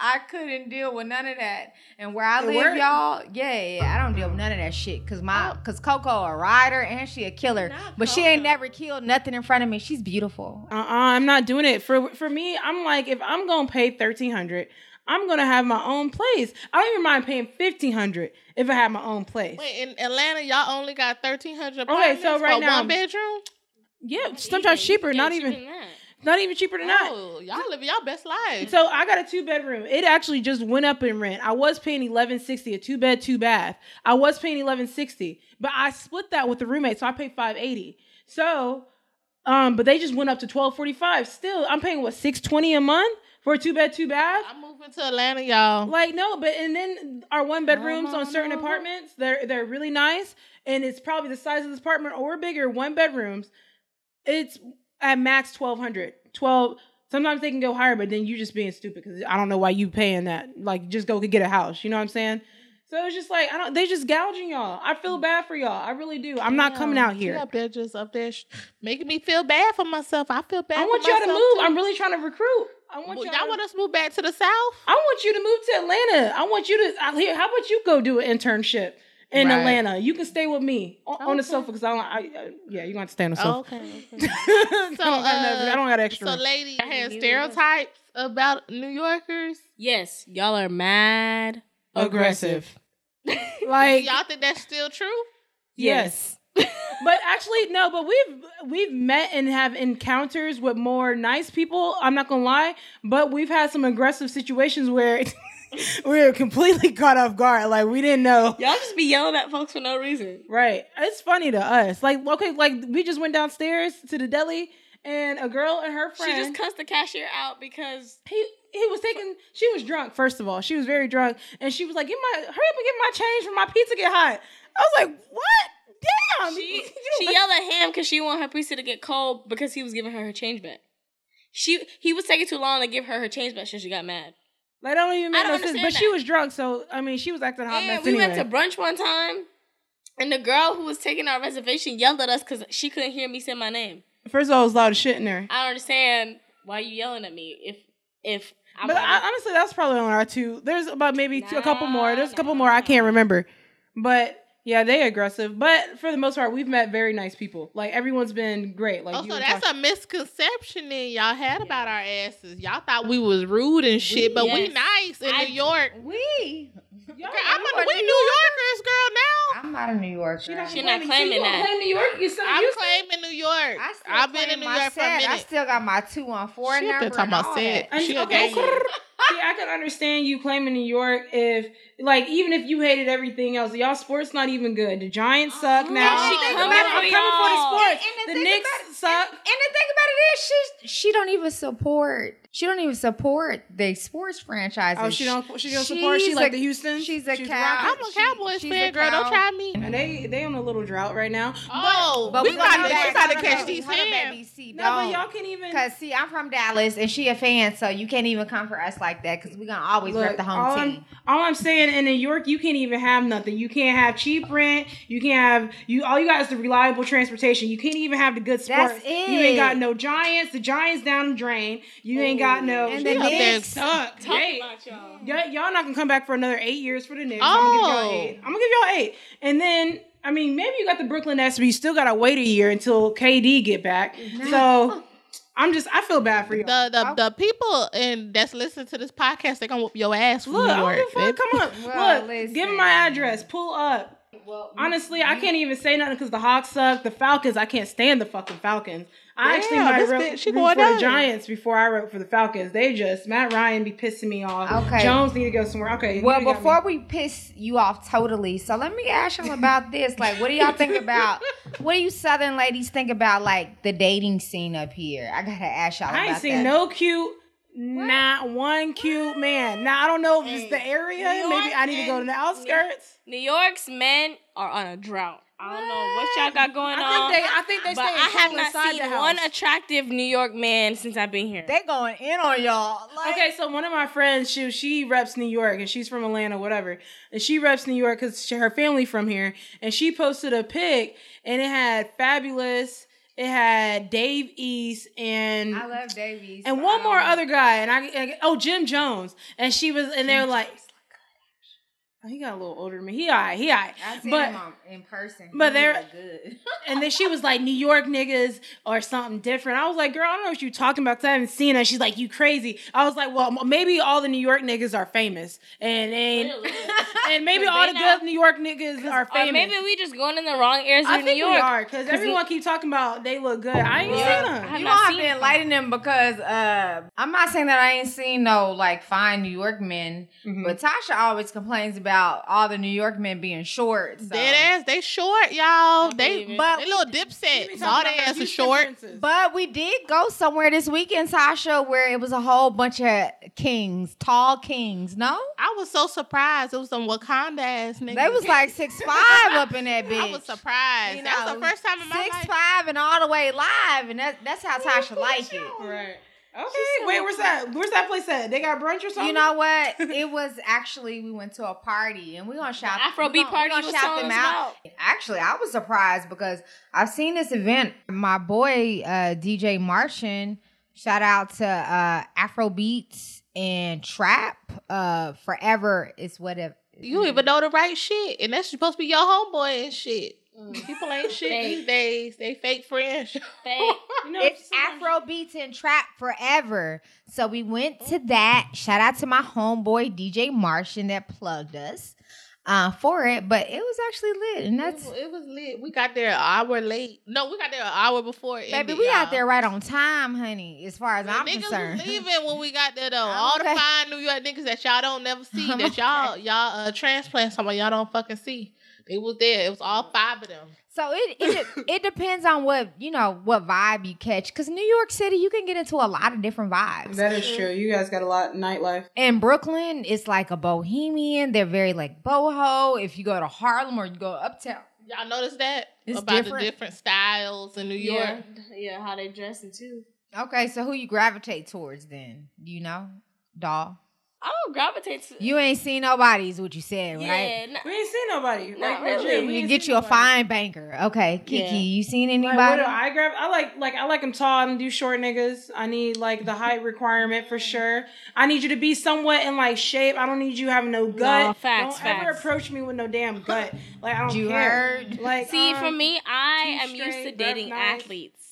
A: I couldn't deal with none of that. And where I
C: It
A: live,
C: worked. Oh.
A: y'all, yeah, yeah, I don't deal with none of that shit. Cause my, cause Coco a rider and she a killer,
B: Not
A: but she ain't
B: Coco.
A: never killed nothing in front of me. She's beautiful.
C: uh-uh i'm not doing it for for me i'm like if i'm gonna pay 1300 i'm gonna have my own place i don't even mind paying 1500 if i have my own place
B: Wait, in Atlanta, y'all only got thirteen hundred.
C: Okay,
B: apartments
C: so right
B: for
C: now-
B: one bedroom.
C: yeah sometimes cheaper not even not even cheaper than that
B: Oh, y'all living y'all best life.
C: so i got a two bedroom it actually just went up in rent i was paying 1160 a two bed two bath i was paying 1160 but i split that with the roommate so i paid 580 so um but they just went up to 1245 still i'm paying what 620 a month for a two bed two bath
B: I'm moving to Atlanta, y'all.
C: Like no, but and then our one bedrooms
B: Uh-huh.
C: on certain apartments, they're they're really nice, and it's probably the size of this apartment or bigger. One bedrooms, it's at max 1200 12 Sometimes they can go higher, but then you just being stupid because I don't know why you paying that. Like just go get a house. You know what I'm saying? So it's just like I don't. They just gouging y'all. I
B: Mm.
C: feel bad for y'all. I really do. I'm not coming out
B: She
C: here.
B: up there just up there sh- making me feel bad for myself. I feel bad.
C: I want
B: for
C: y'all to
B: myself,
C: move.
B: too.
C: I'm really trying to recruit. I want
B: Well,
C: y'all.
B: y'all
C: to-
B: want us to move back to the south?
C: I want you to move to Atlanta. I want you to I- here. How about you go do an internship in
B: Right.
C: Atlanta. You can stay with me on, on the sofa because I don't. I, I, yeah, you gonna have to stay on the sofa.
D: Okay. okay.
C: I, don't got nothing- I don't got extra.
B: Oh, So,
C: room.
B: lady, I had
D: New
B: stereotypes about New Yorkers.
D: Yes, y'all are mad aggressive.
C: like
B: Y'all think that's still true?
C: Yes. but actually, no. But we've we've met and have encounters with more nice people. I'm not gonna lie, but we've had some aggressive situations where we were completely caught off guard. Like we didn't know.
D: Y'all just be yelling at folks for no reason.
C: Right. It's funny to us. Like okay, like we just went downstairs to the deli, and a girl and her friend.
D: She just cussed the cashier out because
C: he he was taking she was drunk first of all she was very drunk and she was like get my hurry up and get my change for my pizza get hot i was like what damn
D: she, she yelled at him because she wanted her pizza to get cold because he was giving her her change back. She he was taking too long to give her her change back, so she got mad.
C: like, that don't even make
D: I
C: no
D: don't
C: sense but
D: understand
C: she
D: that.
C: was drunk so i mean she was acting hot
D: And
C: mess
D: we
C: anyway.
D: went to brunch one time, and the girl who was taking our reservation yelled at us because she couldn't hear me say my name.
C: first of all it was loud as shit in there
D: I don't understand why you yelling at me if if I'm
C: but
D: already-
C: I, honestly that's probably on our two there's about maybe two, a couple
D: Nah,
C: more there's a couple
D: nah.
C: more i can't remember but yeah, they aggressive, but for the most part, we've met very nice people. Like everyone's been great. Like
B: Oh,
C: you
B: so
C: were
B: that's
C: talking-
B: a misconception then y'all had about our asses. Y'all thought we was rude and shit, but we
D: Yes.
B: nice in
D: I-
B: New York.
A: We.
C: Y'all-
B: Girl, I'm
C: y'all
B: a,
C: are
B: we New Yorkers, girl. Now
A: I'm not a New Yorker.
C: She not
D: She not
C: claiming-
D: claiming
C: you don't
D: that.
C: claim New York. You said
B: I'm
C: you-
B: claiming New York.
A: I still
B: I've been in
A: claim
B: New
A: my
B: York for a
A: set. I
B: minute.
A: still got my two one four
B: She up
A: number.
B: there talking
A: and all
B: about
A: that.
B: set.
C: And-
B: She a
C: okay,
B: gang.
C: See, I can understand you claiming New York if, like, even if you hated everything else, y'all sports not even good. The Giants suck now.
D: and
A: she
C: I'm
A: coming
C: coming-
A: for
C: I'm coming for the
D: y'all.
C: sports.
A: And- and the thing
C: the Knicks
A: about-
C: suck.
A: And the thing about it is, she she don't even support. She don't even support the sports franchises.
C: Oh, she don't. She don't support. She
A: She's
C: like
A: a-
C: the Houston.
A: She's a
C: She's
A: cow.
B: I'm
C: Rockets.
B: a
A: She-
B: Cowboys
A: she's
B: fan,
A: a
B: girl. Don't
A: cow.
B: try me.
C: And they they on a little drought right now.
B: Oh,
A: But
B: we
A: we
B: gotta,
A: gonna
B: we
A: back-
B: gotta
A: no, no,
B: catch
A: no.
B: these
A: Hold on,
B: hands.
A: baby. See,
C: No, but
A: don't.
C: y'all can't even.
A: Cause see, I'm from Dallas, and she a fan, so you can't even come for us like that. Cause we gonna always
C: Look,
A: rep the home
C: all
A: team.
C: I'm, all I'm saying in New York, you can't even have nothing. You can't have cheap rent. You can't have you. All you got is the reliable transportation. You can't even have the good sports.
A: That's
C: You ain't
A: it.
C: got no Giants. The Giants down the drain. You ain't got no.
A: And the
B: She up there
A: Knicks.
B: suck.
D: Talk
C: Hey.
D: about y'all.
C: Y- y'all not gonna come back for another eight years for the Knicks. I'm gonna give
B: Oh.
C: y'all eight. I'm gonna give y'all eight, and then I mean maybe you got the Brooklyn Nets, but you still gotta wait a year until KD get back. So I'm just I feel bad for y'all.
B: The the, the people in that's listening to this podcast, they gonna whoop your ass from
C: Look,
B: New
C: I don't
B: York.
C: give a fuck.
B: babe.
C: Come on,
A: Well,
C: look,
A: listen.
C: give me my address. Pull up. Honestly, I can't even say nothing because the Hawks suck. The Falcons, I can't stand the fucking Falcons. I actually
B: Damn,
C: might
B: this
C: wrote
B: bitch, she
C: root
B: going
C: for
B: down.
C: the Giants before I wrote for the Falcons. They just Matt Ryan be pissing me off.
A: Okay.
C: Jones need to go somewhere. Okay.
A: Well,
C: you got me.
A: before we piss you off totally, so let me ask y'all about this. Like, what do y'all think about? What do you Southern ladies think about like the dating scene up here? I gotta ask y'all.
C: I ain't
A: about
C: seen
A: that.
C: no cute, not one cute man. Now I don't know if it's the area.
D: New
C: Maybe
D: York
C: I need to go to
D: and-
C: the outskirts.
D: New York's men are on a drought. I don't know what y'all got going
C: I
D: on.
C: think they, I think they
D: but
C: stay
D: I have not
C: inside the
D: seen
C: house.
D: one attractive New York man since I've been here.
A: They going in on y'all. Like,
C: Okay, so one of my friends, she she reps New York, and she's from Atlanta, whatever, and she reps New York because her family from here, and she posted a pic, and it had fabulous, it had Dave East, and
A: I love Davies.
C: and one more other guy, and I, and- oh Jim Jones, and she was, and they're like, oh, he got a little older than me, he alright, he alright,
A: I seen
C: but
A: him on- in person. He
C: but they're-
A: look good.
C: and then she was like, New York niggas or something different. I was like, girl, I don't know what you talking about 'cause I haven't seen her. She's like, you crazy. I was like, well, m- maybe all the New York niggas are famous. And and, and maybe all the
D: they not-
C: good New York niggas are famous.
D: Or maybe we just going in the wrong areas
C: I
D: of
C: think
D: New
C: we
D: York.
C: are because everyone keep talking about they look good. I ain't
D: Yeah.
C: seen them.
D: I-
A: You
D: not
A: all have
D: seen
A: to
D: him.
A: enlighten them because uh, I'm not saying that I ain't seen no like fine New York men,
C: Mm.
A: but Tasha always complains about all the New York men being short. So.
B: Dead ass, they short, y'all.
D: Don't
B: They
D: believe it.
B: they little dip sets. All they ass is short.
C: But
A: But we did go somewhere this weekend, Tasha, where it was a whole bunch of kings, tall kings. No,
B: I was so surprised. It was some Wakanda ass niggas.
A: they was like six five up in that bitch.
B: I was surprised.
A: You
B: that was
A: know,
B: the first time in my
A: six
B: life.
A: five and all the way live, and that, that's how Tasha like it.
C: right. Okay. Wait, where's that? Where's that place at? They got brunch or something?
A: You know what? It was actually we went to a party, and we gonna shout we
D: Afrobeat
A: gonna- we
D: party
A: gonna
D: was
A: shout
D: telling
A: them
D: us
A: out.
D: about.
A: Actually, I was surprised because I've seen this event. My boy uh, DJ Martian, shout out to uh, Afrobeats and Trap. Uh, Forever is what it
B: You don't even know the right shit, and that's supposed to be your homeboy and shit. People ain't shit
D: Fake.
B: these days. They fake friends.
D: Fake.
C: You know,
A: It's
C: sometimes-
A: Afro beats and trap forever. So we went to that. Shout out to my homeboy DJ Martian that plugged us uh, for it, but it was actually lit, and
B: It,
A: that's
B: was- it was lit. We got there an hour late. No, we got there an hour before. it
A: baby.
B: ended,
A: We out
B: y'all.
A: there right on time, honey. As far as
B: The
A: I'm
B: niggas
A: concerned,
B: was leaving when we got there though. All
A: okay.
B: the fine New York niggas that y'all don't never see,
A: I'm
B: that y'all y'all uh, transplants somebody y'all don't fucking see. They was there. It was all five of them.
A: So it it, de- it depends on what you know what vibe you catch because New York City you can get into a lot of different vibes.
C: That is true. You guys got a lot of nightlife.
A: in Brooklyn, it's like a bohemian. They're very like boho. If you go to Harlem or you go uptown,
B: Y'all notice that
A: It's
B: about
A: different.
B: the different styles in New York.
D: Yeah. Yeah, how they dressing too.
A: okay. So who you gravitate towards then? You know, doll.
D: I don't gravitate to
A: You ain't seen nobody's what you said,
D: Yeah,
A: right?
D: nah.
C: We ain't seen nobody.
D: Not
C: Like, legit,
D: really.
C: we
A: You
C: ain't
A: get
C: seen
A: you a
C: nobody.
A: fine banker, okay? Kiki,
D: Yeah.
A: you seen
C: Like,
A: anybody?
C: what do I grab? I like like I like them tall. I don't do short niggas. I need like the height requirement for sure. I need you to be somewhat in like shape. I don't need you having no gut.
D: facts,
C: don't ever
D: facts.
C: approach me with no damn gut. Like I don't
A: You
C: care.
A: heard?
C: Like
D: See,
C: um,
D: for me, I am
C: T-straight,
D: used to
C: rough
D: dating
C: nights.
D: athletes.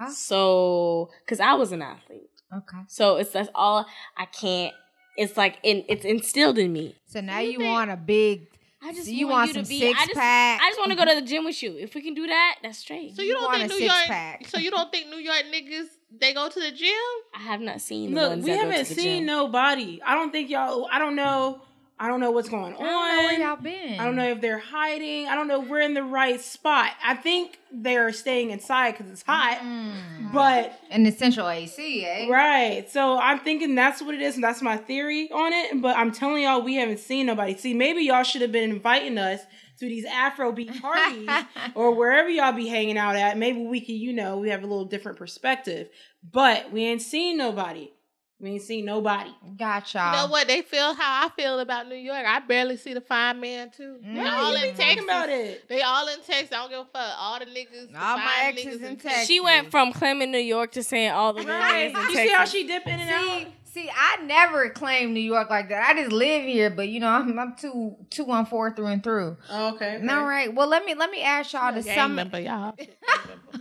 A: Huh?
D: So, because I was an athlete,
A: okay.
D: so it's that's all I can't. It's like in it's instilled in me.
A: So now
D: you
A: you,
D: think-
A: want a big.
D: I just
A: you
D: want,
A: want,
D: you
A: some
D: to be.
A: six
D: I just,
A: pack?
D: I just want to go to the gym with you. If we can do that, that's straight.
B: So you,
A: You
B: don't
A: want
B: think
A: a
B: New York?
A: six-pack.
B: So you don't think New York niggas they go to the gym?
D: I have not seen. the
C: Look,
D: ones
C: we
D: that go to
C: haven't
D: the
C: seen
D: gym.
C: nobody. I don't think y'all. I don't know. I don't know what's going on.
A: I don't know where y'all been.
C: I don't know if they're hiding. I don't know if we're in the right spot. I think they're staying inside because it's hot.
A: Mm.
C: But
A: An essential AC, eh?
C: right, so I'm thinking that's what it is, and that's my theory on it. But I'm telling y'all, we haven't seen nobody. See, maybe y'all should have been inviting us to these Afrobeat parties or wherever y'all be hanging out at. Maybe we could, you know, we have a little different perspective. But we ain't seen nobody. We ain't seen nobody.
A: Got
B: You
A: y'all.
B: know what? They feel how I feel about New York. I barely see the fine man too.
A: Mm.
B: They
A: Why
B: all
C: you
B: in
C: be talking
B: Texas.
C: about it?
B: They all in Texas. I don't give a fuck. All the niggas, the
A: All my
B: fine
A: exes
B: niggas
A: in
B: in
A: Texas.
B: Texas.
D: She went from Clement, New York, to saying all the
C: Right.
D: right.
C: You see how she dip in and out?
A: See, see, I never claimed New York like that. I just live here, but you know, I'm, I'm too two one four through and through.
C: Oh, okay.
A: All right. Well, let me let me ask y'all the
B: Gang
A: sum.
B: member, y'all.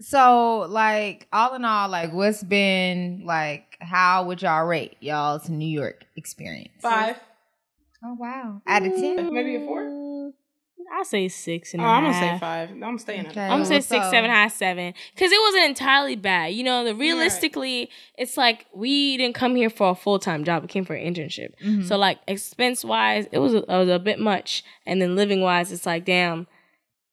A: So, like, all in all, like, what's been like? How would y'all rate y'all's New York experience?
C: Five.
A: Oh wow, out of ten.
C: Maybe a four?
D: I say six and
C: Oh,
D: a half.
C: I'm gonna say five. I'm staying up.
A: Okay.
D: I'm gonna say six,
A: So-
D: seven, high seven, because it wasn't entirely bad. You know, the realistically, it's like we didn't come here for a full time job; we came for an internship.
A: Mhm.
D: So, like expense wise, it was a, it was a bit much, and then living wise, it's like, damn,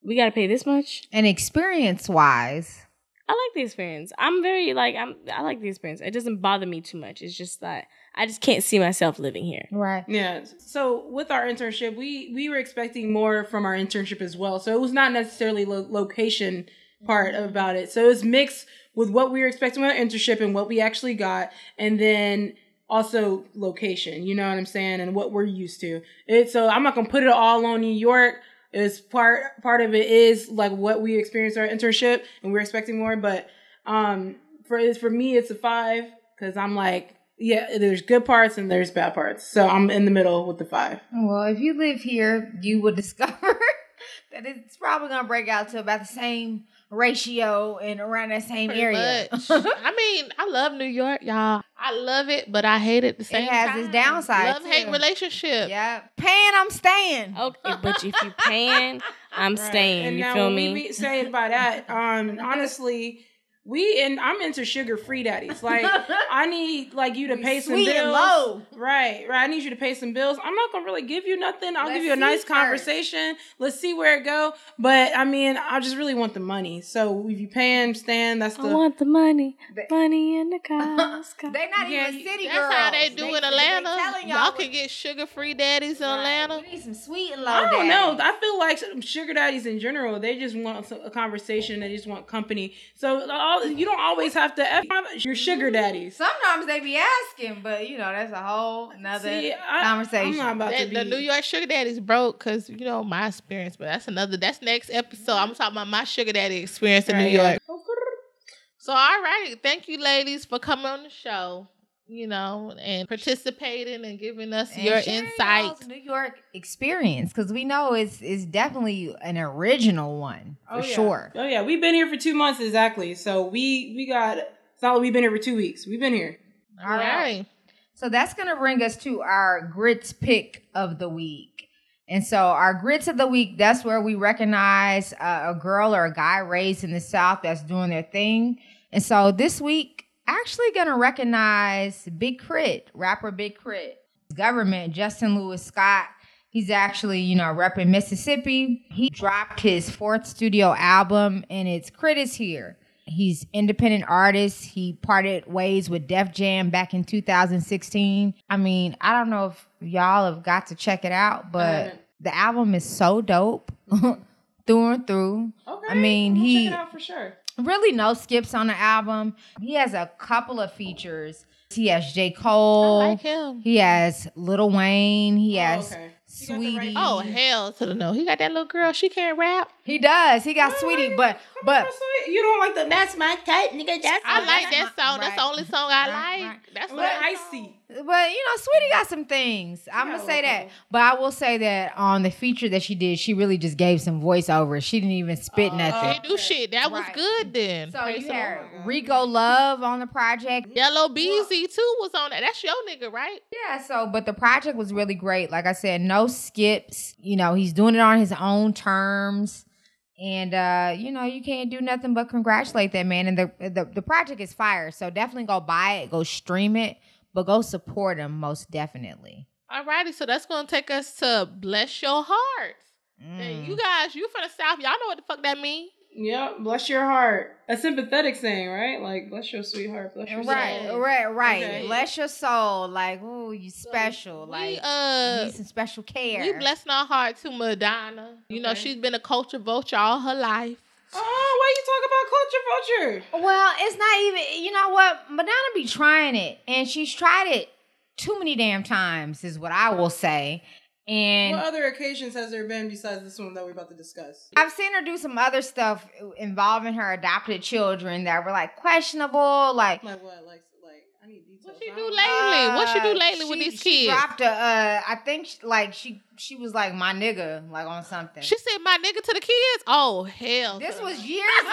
D: we gotta pay this much.
A: And experience wise,
D: I like the experience. I'm very like I'm. I like the experience. It doesn't bother me too much. It's just that I just can't see myself living here.
A: right?
C: Yeah. So with our internship, we we were expecting more from our internship as well. So it was not necessarily lo- location part about it. So it was mixed with what we were expecting with our internship and what we actually got, and then also location. You know what I'm saying? And what we're used to. It. So I'm not gonna put it all on New York. It's part part of it is like what we experienced our internship, and we're expecting more. But um, for it's for me, it's a five because I'm like, yeah, there's good parts and there's bad parts. So I'm in the middle with the five.
A: Well, if you live here, you will discover that it's probably gonna break out to about the same ratio and around that same
B: Pretty
A: area.
B: much. I mean, I love New York, y'all. I love it, but I hate it the same.
A: has its
B: time.
A: downside,
B: Love hate
A: too.
B: relationship.
A: yeah, paying, I'm staying.
C: Oh,
D: Okay, but if you paying, I'm staying.
C: And
D: you
C: now
D: feel
C: when
D: me?
C: we be saying by that, um, honestly, we and I'm into sugar free daddies. Like I need like you to pay some
A: Sweet
C: bills.
A: and low.
C: Right, right. I need you to pay some bills. I'm not gonna really give you nothing. I'll
A: Let's
C: give you a
A: see
C: nice
A: first.
C: conversation. Let's see where it go. But I mean, I just really want the money. So if you paying, stand. That's
D: I
C: the
D: want the money,
A: They-
D: money in the cars. cars.
A: They not
C: Yeah,
A: even city
B: That's
A: girls.
B: how they do in Atlanta.
A: They telling
B: y'all,
A: y'all,
B: can get sugar free daddies in
A: Right,
B: Atlanta.
A: We need some sweet and low.
C: I don't know.
A: daddies.
C: I feel like sugar daddies in general, they just want a conversation. They just want company. So all, you don't always have to f your sugar daddies.
A: Sometimes they be asking, but you know that's a whole another
C: See, I,
A: conversation.
C: I'm not about
B: That-
C: to be.
B: the New York sugar daddies broke because you know my experience, but that's another. That's next episode. I'm talking about my sugar daddy experience in
C: Right,
B: New York.
C: yeah.
B: So all right, thank you ladies for coming on the show. you know, and participating and giving us
A: And
B: your
A: share
B: insight.
A: y'all's New York experience because we know it's it's definitely an original one for
C: Oh, yeah.
A: sure.
C: Oh yeah, we've been here for two months exactly. So we we got it's not like we've been here for two weeks. We've been here.
B: All right.
A: So that's going to bring us to our grits pick of the week. And so our grits of the week, that's where we recognize uh, a girl or a guy raised in the South that's doing their thing. And so this week, actually going to recognize Big Crit, rapper Big Crit. Government, Justin Lewis Scott, he's actually, you know, repping Mississippi. He dropped his fourth studio album and it's Crit is Here. He's independent artist. He parted ways with Def Jam back in 2016. I mean, I don't know if y'all have got to check it out, but
C: haven't.
A: the album is so dope through and through.
C: Okay.
A: I mean,
C: we'll
A: he-
C: check it out for sure.
A: Really no skips on the album. He has a couple of features. He has J. Cole.
B: I like him.
A: He has Lil Wayne. He has
C: Oh, okay. You got the
A: Sweetie.
C: right-
B: Oh hell to the no! He got that little girl. She can't rap.
A: He does. He got
C: Oh,
A: Sweetie,
C: my
A: but but
C: you don't like the that's my type, nigga. That's
B: I
A: Oh,
C: my
B: like
C: type.
B: that song. That's the
A: right,
B: only song I
A: right,
B: like.
A: right.
B: That's the
C: But I
B: only song.
C: see.
A: but you know, Sweetie got some things. I'm
C: got
A: gonna
C: a
A: say
C: little
A: that.
C: couple.
A: But I will say that on the feature that she did, she really just gave some voiceover. She didn't even spit
B: She
A: nothing.
B: do shit. That was
A: Right.
B: good then.
A: So
B: Praise
A: you
B: the
A: had
B: Lord.
A: Rico Love on the project.
B: Yellow Beezy too was on that. That's your nigga, right?
A: Yeah, so but the project was really great. Like I said, no skips. You know, he's doing it on his own terms. And uh, you know, you can't do nothing but congratulate that man. And the the, the project is fire. So definitely go buy it, go stream it, but go support him most definitely.
B: Alrighty, so that's gonna take us to bless your heart. Hey,
A: Mm.
B: you guys, you from the south, y'all know what the fuck that mean.
C: Yep, bless your heart. A sympathetic saying, right? Like bless your sweetheart, bless your
A: Right,
B: soul.
A: right, right.
C: Okay.
A: Bless your soul. Like, ooh, you special.
B: we
A: like you
B: uh
A: need some special care.
B: we blessing our heart to Madonna. You know
C: Okay.
B: she's been a culture vulture all her life.
C: Oh, why you talk about culture, vulture?
A: Well, it's not even. You know what? Madonna be trying it, and she's tried it too many damn times, is what I will say. And
C: What other occasions has there been besides this one that we're about to discuss?
A: I've seen her do some other stuff involving her adopted children that were like questionable, like.
C: Like what? Like like I need details.
B: What she
C: I
B: do
C: don't-
B: lately? what she do
A: uh,
B: lately with
A: she-
B: these
A: she
B: kids?
A: Dropped a, uh, I think she, like she she was like my nigga, like on something.
B: She said my nigga to the kids. Oh hell.
A: This
B: to
A: was
B: the-
A: years ago.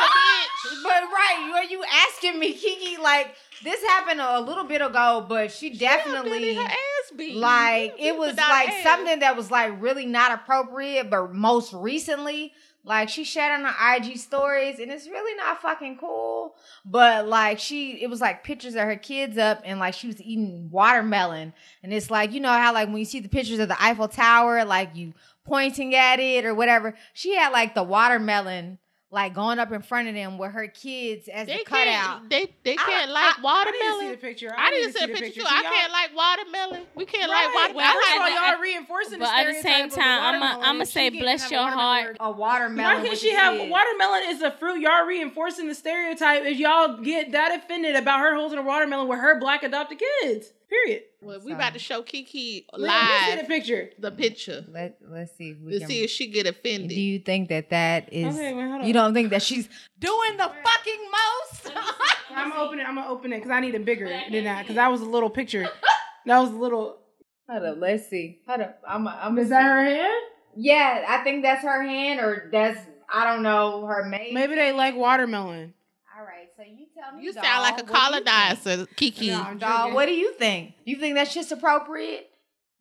A: But right, were you asking me, Kiki? Like this happened a, a little bit ago, but she definitely
B: Definitely her ass beat.
A: like
B: Yeah,
A: it was
B: Madonna
A: like
B: ass.
A: something that was like really not appropriate. But most recently, like she shared on her IG stories, and it's really not fucking cool. But like she, it was like pictures of her kids up, and like she was eating watermelon, and it's like you know how like when you see the pictures of the Eiffel Tower, like you pointing at it or whatever. She had like the watermelon like going up in front of them with her kids as
B: They
A: the cutout.
B: can't. They they
A: I-
B: can't
A: I-
B: like
C: I need to see
B: watermelon.
C: the picture.
B: I didn't see a picture too. I can't like watermelon. We can't like watermelon.
D: Well,
B: I
D: I-
B: like
D: I-
C: y'all reinforcing
D: but at the same time, I'ma- I'ma say bless your heart.
A: A
C: Why
A: watermelon.
C: can't
A: with
C: she
A: the
C: have
A: kids.
C: watermelon is a fruit? Y'all reinforcing the stereotype if y'all get that offended about her holding a watermelon with her black adopted kids. Period.
B: Well, we about to show Kiki
C: Let me see the
B: live
C: picture.
B: the picture
A: Let Let's see. If we
B: to
A: can-
B: see if she get
A: Do
B: offended.
A: you think that that is?
C: Okay, wait, hold on.
A: you don't think that she's doing the fucking most?
C: I'm gonna open it. I'm gonna open it because I need a bigger than that because that was a little picture. That was a little.
A: Hold up. Let's see. Hold up. I'm. I'm.
C: Is that her hand?
A: Yeah, I think that's her hand, or that's I don't know her maid.
C: Maybe they like watermelon.
A: All right. So you tell me.
B: You
A: doll,
B: sound like a
A: what do you think?
B: colonizer, Kiki.
C: No, I'm
A: Doll,
C: joking.
A: what do you think? You think that's just appropriate?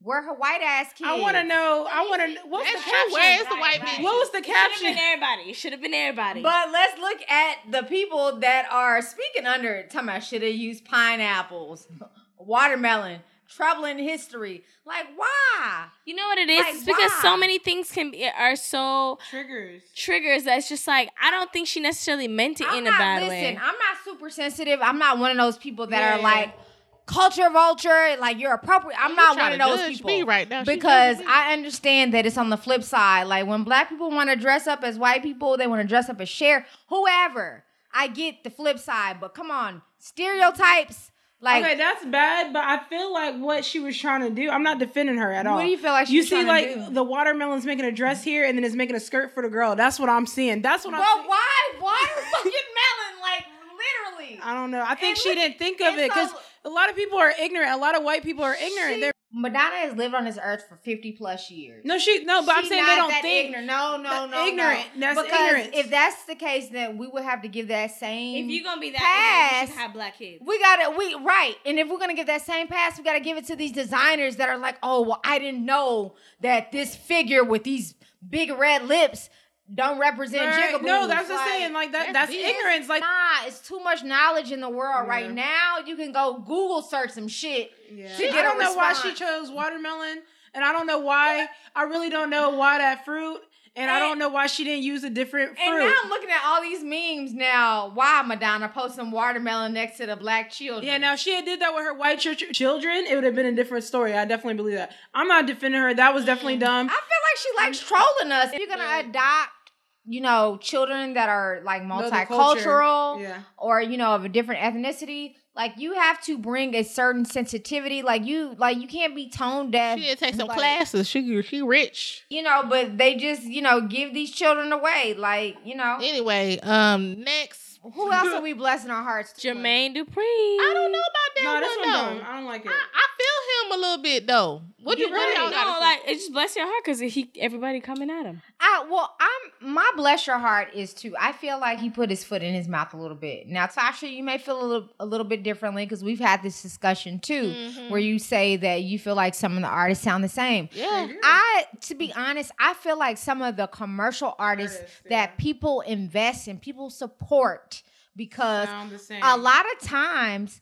A: Where her white ass kids?
C: I want to know. I want to. What's
B: That's
C: the
B: true. Where is
C: caption?
B: the white
A: Right,
B: bitch?
A: right.
C: What was the
D: Should have
C: caption?
D: been everybody. Should have been everybody.
A: But let's look at the people that are speaking under it. Talking about should have used pineapples, watermelon, trouble in history. Like why?
D: you know what it is?
A: Like,
D: it's because
A: why?
D: so many things can be are so
C: Triggers.
D: triggers that's just like I don't think she necessarily meant it in a
A: not,
D: bad
A: listen,
D: way.
A: I'm not super sensitive. I'm not one of those people that
C: Yeah,
A: are
C: yeah,
A: like culture vulture, like you're appropriate. I'm
B: You
A: not one
B: tryna
A: of those
B: judge
A: people.
B: me right now. She
A: because
B: judging me.
A: I understand that it's on the flip side. Like when black people want to dress up as white people, they want to dress up as share whoever. I get the flip side, but come on, stereotypes. Like,
C: okay, that's bad, but I feel like what she was trying to do. I'm not defending her at all.
A: what do you feel like? She's
C: You see,
A: tryna
C: like
A: do?
C: the watermelon's making a dress here, and then it's making a skirt for the girl. That's what I'm seeing. That's what
A: But
C: I'm. Seeing.
A: why watermelon? Like literally.
C: I don't know. I think
A: And
C: she
A: look-
C: didn't think of
A: and
C: it because
A: so-
C: a lot of people are ignorant. A lot of white people are ignorant.
A: She-
C: They're
A: Madonna has lived on this earth for 50 plus years.
C: no, she no, but I'm
A: She
C: saying
A: not
C: they don't
A: that
C: think.
A: Ignorant. No, no,
C: That-
A: no,
C: ignorant.
A: No.
C: That's
A: because
C: ignorance.
A: if that's the case, then we would have to give that same.
D: If you're gonna be that, ignorant, you
A: Pass.
D: should have black kids.
A: we gotta we right, and if we're gonna give that same pass, we gotta give it to these designers that are like, oh well, I didn't know that this figure with these big red lips don't represent
C: Right.
A: jigaboos.
C: No, that's
A: like,
C: just saying like that.
B: that's
C: That's
B: BS.
C: ignorance. Like
A: Nah, it's too much knowledge in the world right now. You can go Google search some shit.
C: She-
A: get
C: I
A: a
C: don't know why she
A: response.
C: chose watermelon, and I don't know why. I really don't know why that fruit, and, I
A: And-
C: don't know why she didn't use a
A: And
C: different fruit.
A: now I'm looking at all these memes now. Why Madonna posting watermelon next to the black children?
C: yeah, now if she had did that with her white church children, it would have been a different story. I definitely believe that. I'm not defending her. That was definitely dumb.
A: I feel like she likes trolling us. If you're gonna adopt, you know, children that are like
C: Know the
A: multicultural
C: culture. Yeah.
A: or you know of a different ethnicity, like you have to bring a certain sensitivity. Like you, like you can't be tone deaf.
B: She did take some
A: Like,
B: classes. She she rich.
A: you know. But they just, you know, give these children away. Like you know,
B: Anyway, um, next.
A: who else are we blessing our hearts? to?
D: Jermaine Dupri.
B: I don't know about that
C: No, this
B: one
C: one
B: though.
C: dumb. I don't like
B: I,
C: it.
B: I feel him a little bit though. What do
D: You
B: what do y'all
D: right.
B: got?
D: No, like it just bless your heart because he everybody coming at him.
A: I well, I'm my bless your heart is too. I feel like he put his foot in his mouth a little bit. Now, Tasha, you may feel a little a little bit differently because we've had this discussion too, where you say that you feel like some of the artists sound the same.
B: Mm-hmm. yeah.
A: I, to be honest, I feel like some of the commercial artists
C: Artists, yeah.
A: that people invest in, people support because
C: Sound the same.
A: a lot of times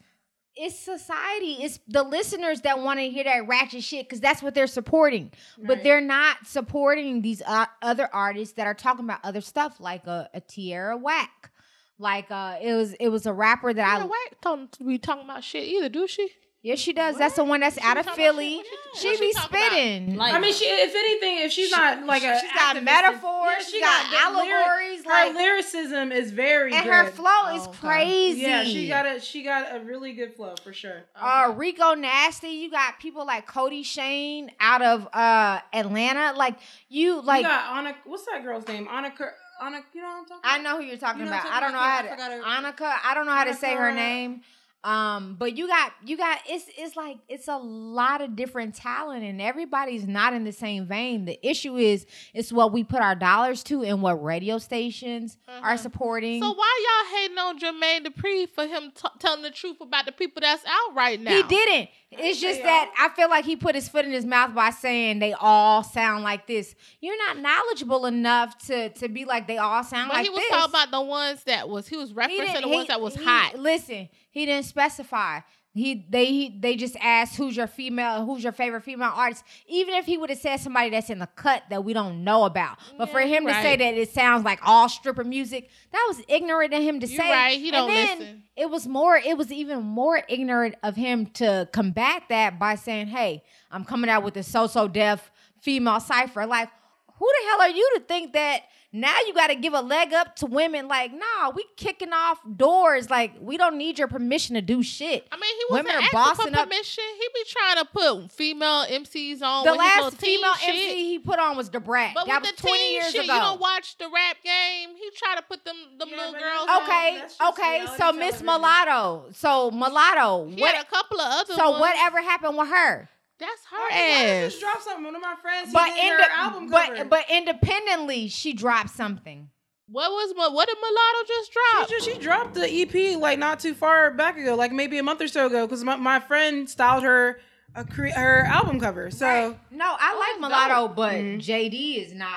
A: it's society it's the listeners that want to hear that ratchet shit because that's what they're supporting but
C: Right.
A: they're not supporting these uh, other artists that are talking about other stuff like a, a tiara whack like uh it was it was a rapper that
B: Tara
A: i
B: Whack don't be talking about shit either, do she?
A: yeah she does that's the one that's out of
B: talking about
A: philly
B: shit? What she-
A: she,
B: what she
A: be
B: talking about?
A: spitting
D: Like
C: I mean, she if anything, if she's not like a,
A: she's got
C: activist,
A: metaphors
C: yeah,
A: she, got,
C: the lyric-
A: allegories
C: her
A: like
C: lyricism is very
A: and
C: good.
A: her flow is
B: Oh, okay.
A: crazy
C: Yeah, she got a she got a really good flow for sure. Um,
A: Uh, Rico Nasty. You got people like Cody Shane out of uh Atlanta. Like you, like
C: you got Anna, what's that girl's name? Anna, Cur- Anna, you know what I'm talking about?
A: I know who you're talking
C: You know
A: about.
C: what
A: I
C: I'm
A: don't know how
C: talking
A: to
C: about? I
A: Annika. I don't know how to say her
C: Annika.
A: name. Um, but you got you got it's it's like it's a lot of different talent and everybody's not in the same vein. The issue is it's what we put our dollars to and what radio stations are supporting.
B: So why y'all hating on Jermaine Dupri for him t- telling the truth about the people that's out right now?
A: He didn't. It's just
C: y'all.
A: that I feel like he put his foot in his mouth by saying they all sound like this. You're not knowledgeable enough to to be like they all sound
B: But
A: like
B: he was
A: this.
B: talking about the ones that was he was
A: He
B: referencing
A: didn't-
B: the
A: he-
B: ones that was
A: he-
B: hot.
A: Listen, he didn't specify. He they he, they just asked who's your female, who's your favorite female artist. Even if he would have said somebody that's in the cut that we don't know about, but for him to say
B: right.
A: that it sounds like all stripper music, that was ignorant of him to
B: You
A: say.
B: right, he don't
A: and then
B: listen.
A: It was more. It was even more ignorant of him to combat that by saying, "Hey, I'm coming out with a so-so deaf female cipher." Like, who the hell are you to think that now you got to give a leg up to women? Like, nah, we kicking off doors. Like, we don't need your permission to do shit.
B: I mean, he wasn't
A: Women are
B: asking
A: bossing
B: for
A: up-
B: permission. He be trying to put female MCs on.
A: the
B: with his
A: last
B: oh, little teen
A: female
B: shit.
A: MC he put on was Debrat.
B: But
A: That
B: with
A: was
B: the
A: 20
B: teen
A: years
B: shit,
A: ago.
B: you don't watch the rap game. He try to put them them
C: Yeah,
B: little
C: but
B: girls.
C: that's-
B: on.
A: okay,
C: that's just
A: okay.
C: reality
A: So Miss
C: television.
A: Mulatto. So Mulatto.
B: He
A: What?
B: had a couple of other.
A: So
B: ones.
A: whatever happened with her?
B: That's her
C: I
B: ass.
C: just dropped something. One of my friends,
A: But
C: he did
A: inde-
C: her album cover.
A: but but independently, she dropped something.
B: What was Mu- what did Mulatto just drop?
C: she, just, she dropped the EP like not too far back ago, like maybe a month or so ago, because my, my friend styled her a cre- her album cover. So
A: No, I like Mulatto, but JD is not.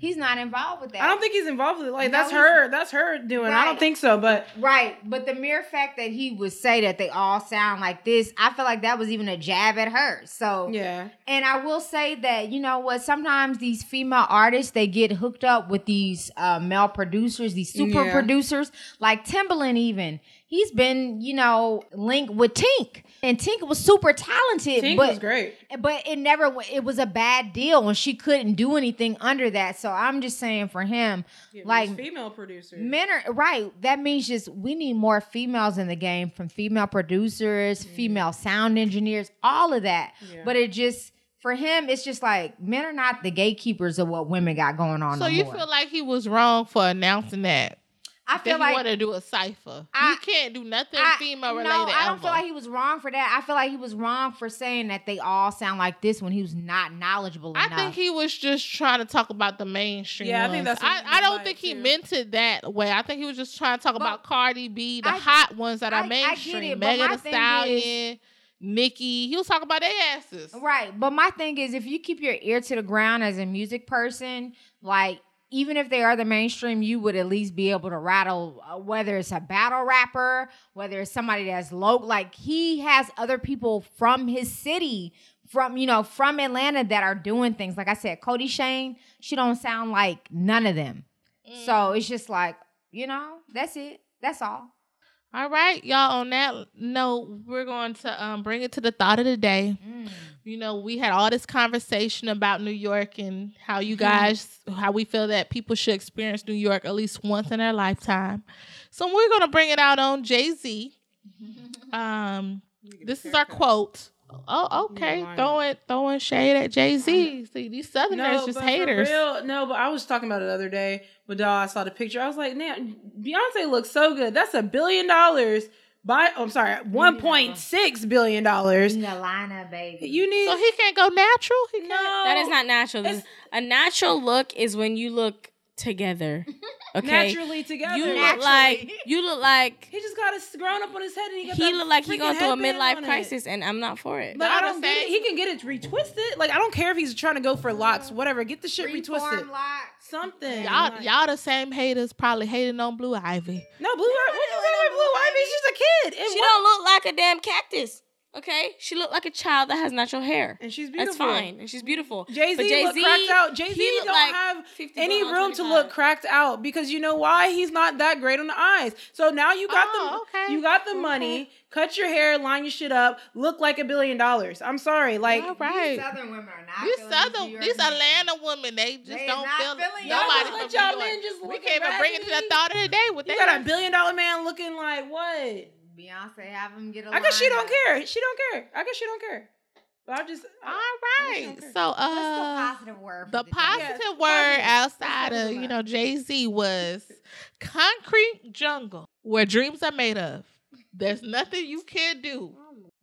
A: He's not involved with that.
C: I don't think he's involved with it. Like
A: No,
C: that's
A: he's-
C: her. That's her doing. I
A: Right.
C: don't think so. But
A: Right, but the mere fact that he would say that they all sound like this, I feel like that was even a jab at her. So,
C: yeah,
A: and I will say that you know what? Sometimes these female artists they get hooked up with these uh, male producers, these super
C: Yeah.
A: producers like Timbaland. Even he's been you know linked with Tink, and Tink was super talented.
C: Tink
A: but
C: was great.
A: but it never w- it was a bad deal and she couldn't do anything under that so i'm just saying for him like
C: Like female producer.
A: men are right that means just we need more females in the game from female producers female sound engineers all of that
C: Yeah.
A: but it just for him it's just like men are not the gatekeepers of what women got going on
B: So
A: no
B: you
A: more.
B: feel like he was wrong for announcing that?
A: I feel
B: Then
A: like
B: he want to do a cipher.
A: I-
B: you can't do nothing
A: I-
B: female related.
A: No, I don't
B: ever.
A: feel like he was wrong for that. I feel like he was wrong for saying that they all sound like this when he was not knowledgeable
B: I
A: enough.
B: think he was just trying to talk about the mainstream.
C: Yeah, I
B: ones.
C: think that's what he
B: I, I don't
C: meant
B: think
C: by it,
B: he
C: too.
B: meant it that way. I think he was just trying to talk
A: But
B: about Cardi B, the
A: I-
B: hot ones that
A: I- I
B: are
A: get it,
B: mainstream.
A: but my
B: Megan Thee
A: thing
B: Stallion, Nicki. He was talking about their asses.
A: Right. But my thing is if you keep your ear to the ground as a music person, like even if they are the mainstream, you would at least be able to rattle uh, whether it's a battle rapper, whether it's somebody that's low. Like he has other people from his city, from you know, from Atlanta that are doing things. Like I said, Cody Shane, she don't sound like none of them.
B: Mm.
A: So it's just like you know, that's it. That's all.
B: All right, y'all. On that note, we're going to um, bring it to the thought of the day.
A: Mm.
B: You know, we had all this conversation about New York and how
A: Mm-hmm.
B: you guys, how we feel that people should experience New York at least once in their lifetime. So we're going to bring it out on Jay Z. Um, this is our quote. Oh, okay.
C: lying.
B: Throwing throwing shade at Jay Z. See, these Southerners just
C: but for
B: haters.
C: real- no, but I was talking about it the other day. But dawg, I saw the picture. I was like, man, Beyonce looks so good. That's a billion dollars. By oh, I'm sorry, one point six billion dollars.
A: Nalina, baby.
C: You need
B: So he can't go natural. He
C: no.
B: can't.
C: That
D: That is not natural.
C: It's-
D: a natural look is when you look together. Okay.
C: naturally together.
D: You look
A: Naturally.
D: like you look like
C: he just got his grown up on his head, and he got
D: he
C: that
D: look like he
C: freaking
D: going through a
C: headband
D: midlife
C: on it.
D: crisis, and I'm not for it.
C: But
B: Not
C: I
B: the
C: don't get it.
B: same.
C: He can get it retwisted. Like I don't care if he's trying to go for locks, whatever. Get the shit retwisted. Something.
B: Y'all,
C: Like-
B: y'all the same haters probably hating on Blue Ivy.
C: No, blue. Ivy- What you saying about blue? Ivy? She's a kid. It
D: she
C: wa-
D: don't look like a damn cactus. Okay, she look like a child that has natural hair.
C: And she's
D: That's
C: beautiful.
D: fine, and she's beautiful.
C: Jay
D: But
C: Z look cracked out. Jay
D: he
C: Z
D: look
C: don't
D: like
C: have
D: 50
C: any
D: going on
C: room to
D: 25.
C: look cracked out because you know why he's not that great on the eyes. So now you got
B: Oh,
C: the
B: okay.
C: you got the money. Cut your hair, line your shit up, look like a billion dollars. I'm sorry, like
B: All right.
A: These Southern women are not.
B: These
A: feeling
B: southern,
A: New
B: these
A: York men.
B: Atlanta women, they just
A: They
B: don't
A: not
B: feel
A: feeling y'all.
B: nobody
C: Y'all
B: from
C: just let y'all
B: New York.
C: men just
B: we
C: look
B: can't even bring it to the
C: raggedy.
B: thought of the day with
C: you
B: that.
C: got a billion dollar man looking like what?
A: Beyonce have them get a.
C: I guess she don't
A: lineup.
C: care. She don't care. I guess she don't care. But I just
B: All
C: I,
B: right,
C: Okay.
B: so uh,
A: That's the positive word. for
B: the
A: the day.
B: positive
C: Yes,
B: word
C: positive.
B: outside
C: Let's
B: of
C: talk
B: you
C: about
B: know Jay Z was concrete jungle where dreams are made of. There's nothing you can do.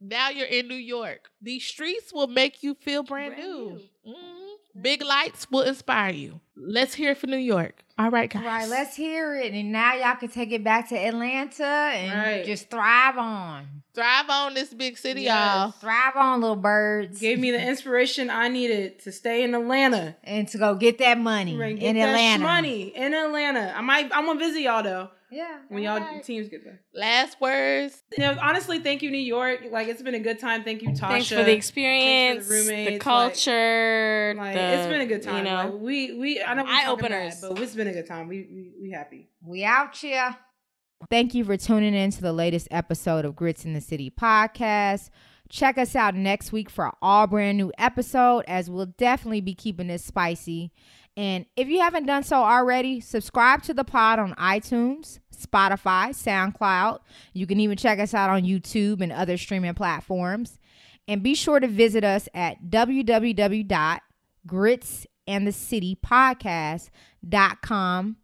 B: Now you're in New York. These streets will make you feel brand,
C: Brand
B: new. Mhm. Big lights will inspire you. Let's hear it for New York. All right, guys.
A: Right, let's hear it, and now y'all can take it back to Atlanta and
C: Right.
A: just thrive on,
B: thrive on this big city,
C: Yes.
B: y'all.
A: thrive on, little birds,
C: gave me the inspiration I needed to stay in Atlanta.
A: and to go get that money
C: Right, get
A: in
C: that
A: Atlanta.
C: money in Atlanta. I might. I'm gonna visit y'all though
A: Yeah,
C: when y'all teams get there.
B: Last words.
C: You know, honestly, thank you, New York. Like it's been a good time. Thank you, Tasha.
D: Thanks for the experience, the,
C: roommates, like-
D: culture.
C: Like,
D: the-
C: it's been a good time.
D: You know,
C: Like, we we I know we
D: Eye
C: talking bad,
D: openers.
C: but it's been a good time. We we, we happy.
A: we out here. Thank you for tuning in to the latest episode of Grits in the City podcast. Check us out next week for our all brand new episode, as we'll definitely be keeping this spicy. And if you haven't done so already, subscribe to the pod on iTunes, Spotify, SoundCloud. You can even check us out on YouTube and other streaming platforms. And be sure to visit us at www.gritsandthecitypodcast.com.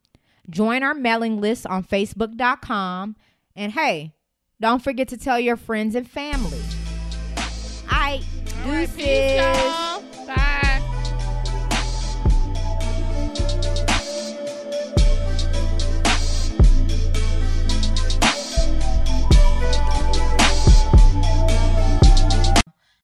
A: Join our mailing list on facebook.com. And hey, don't forget to tell your friends and family. All right,
B: All right,
A: deuces.
B: peace, y'all.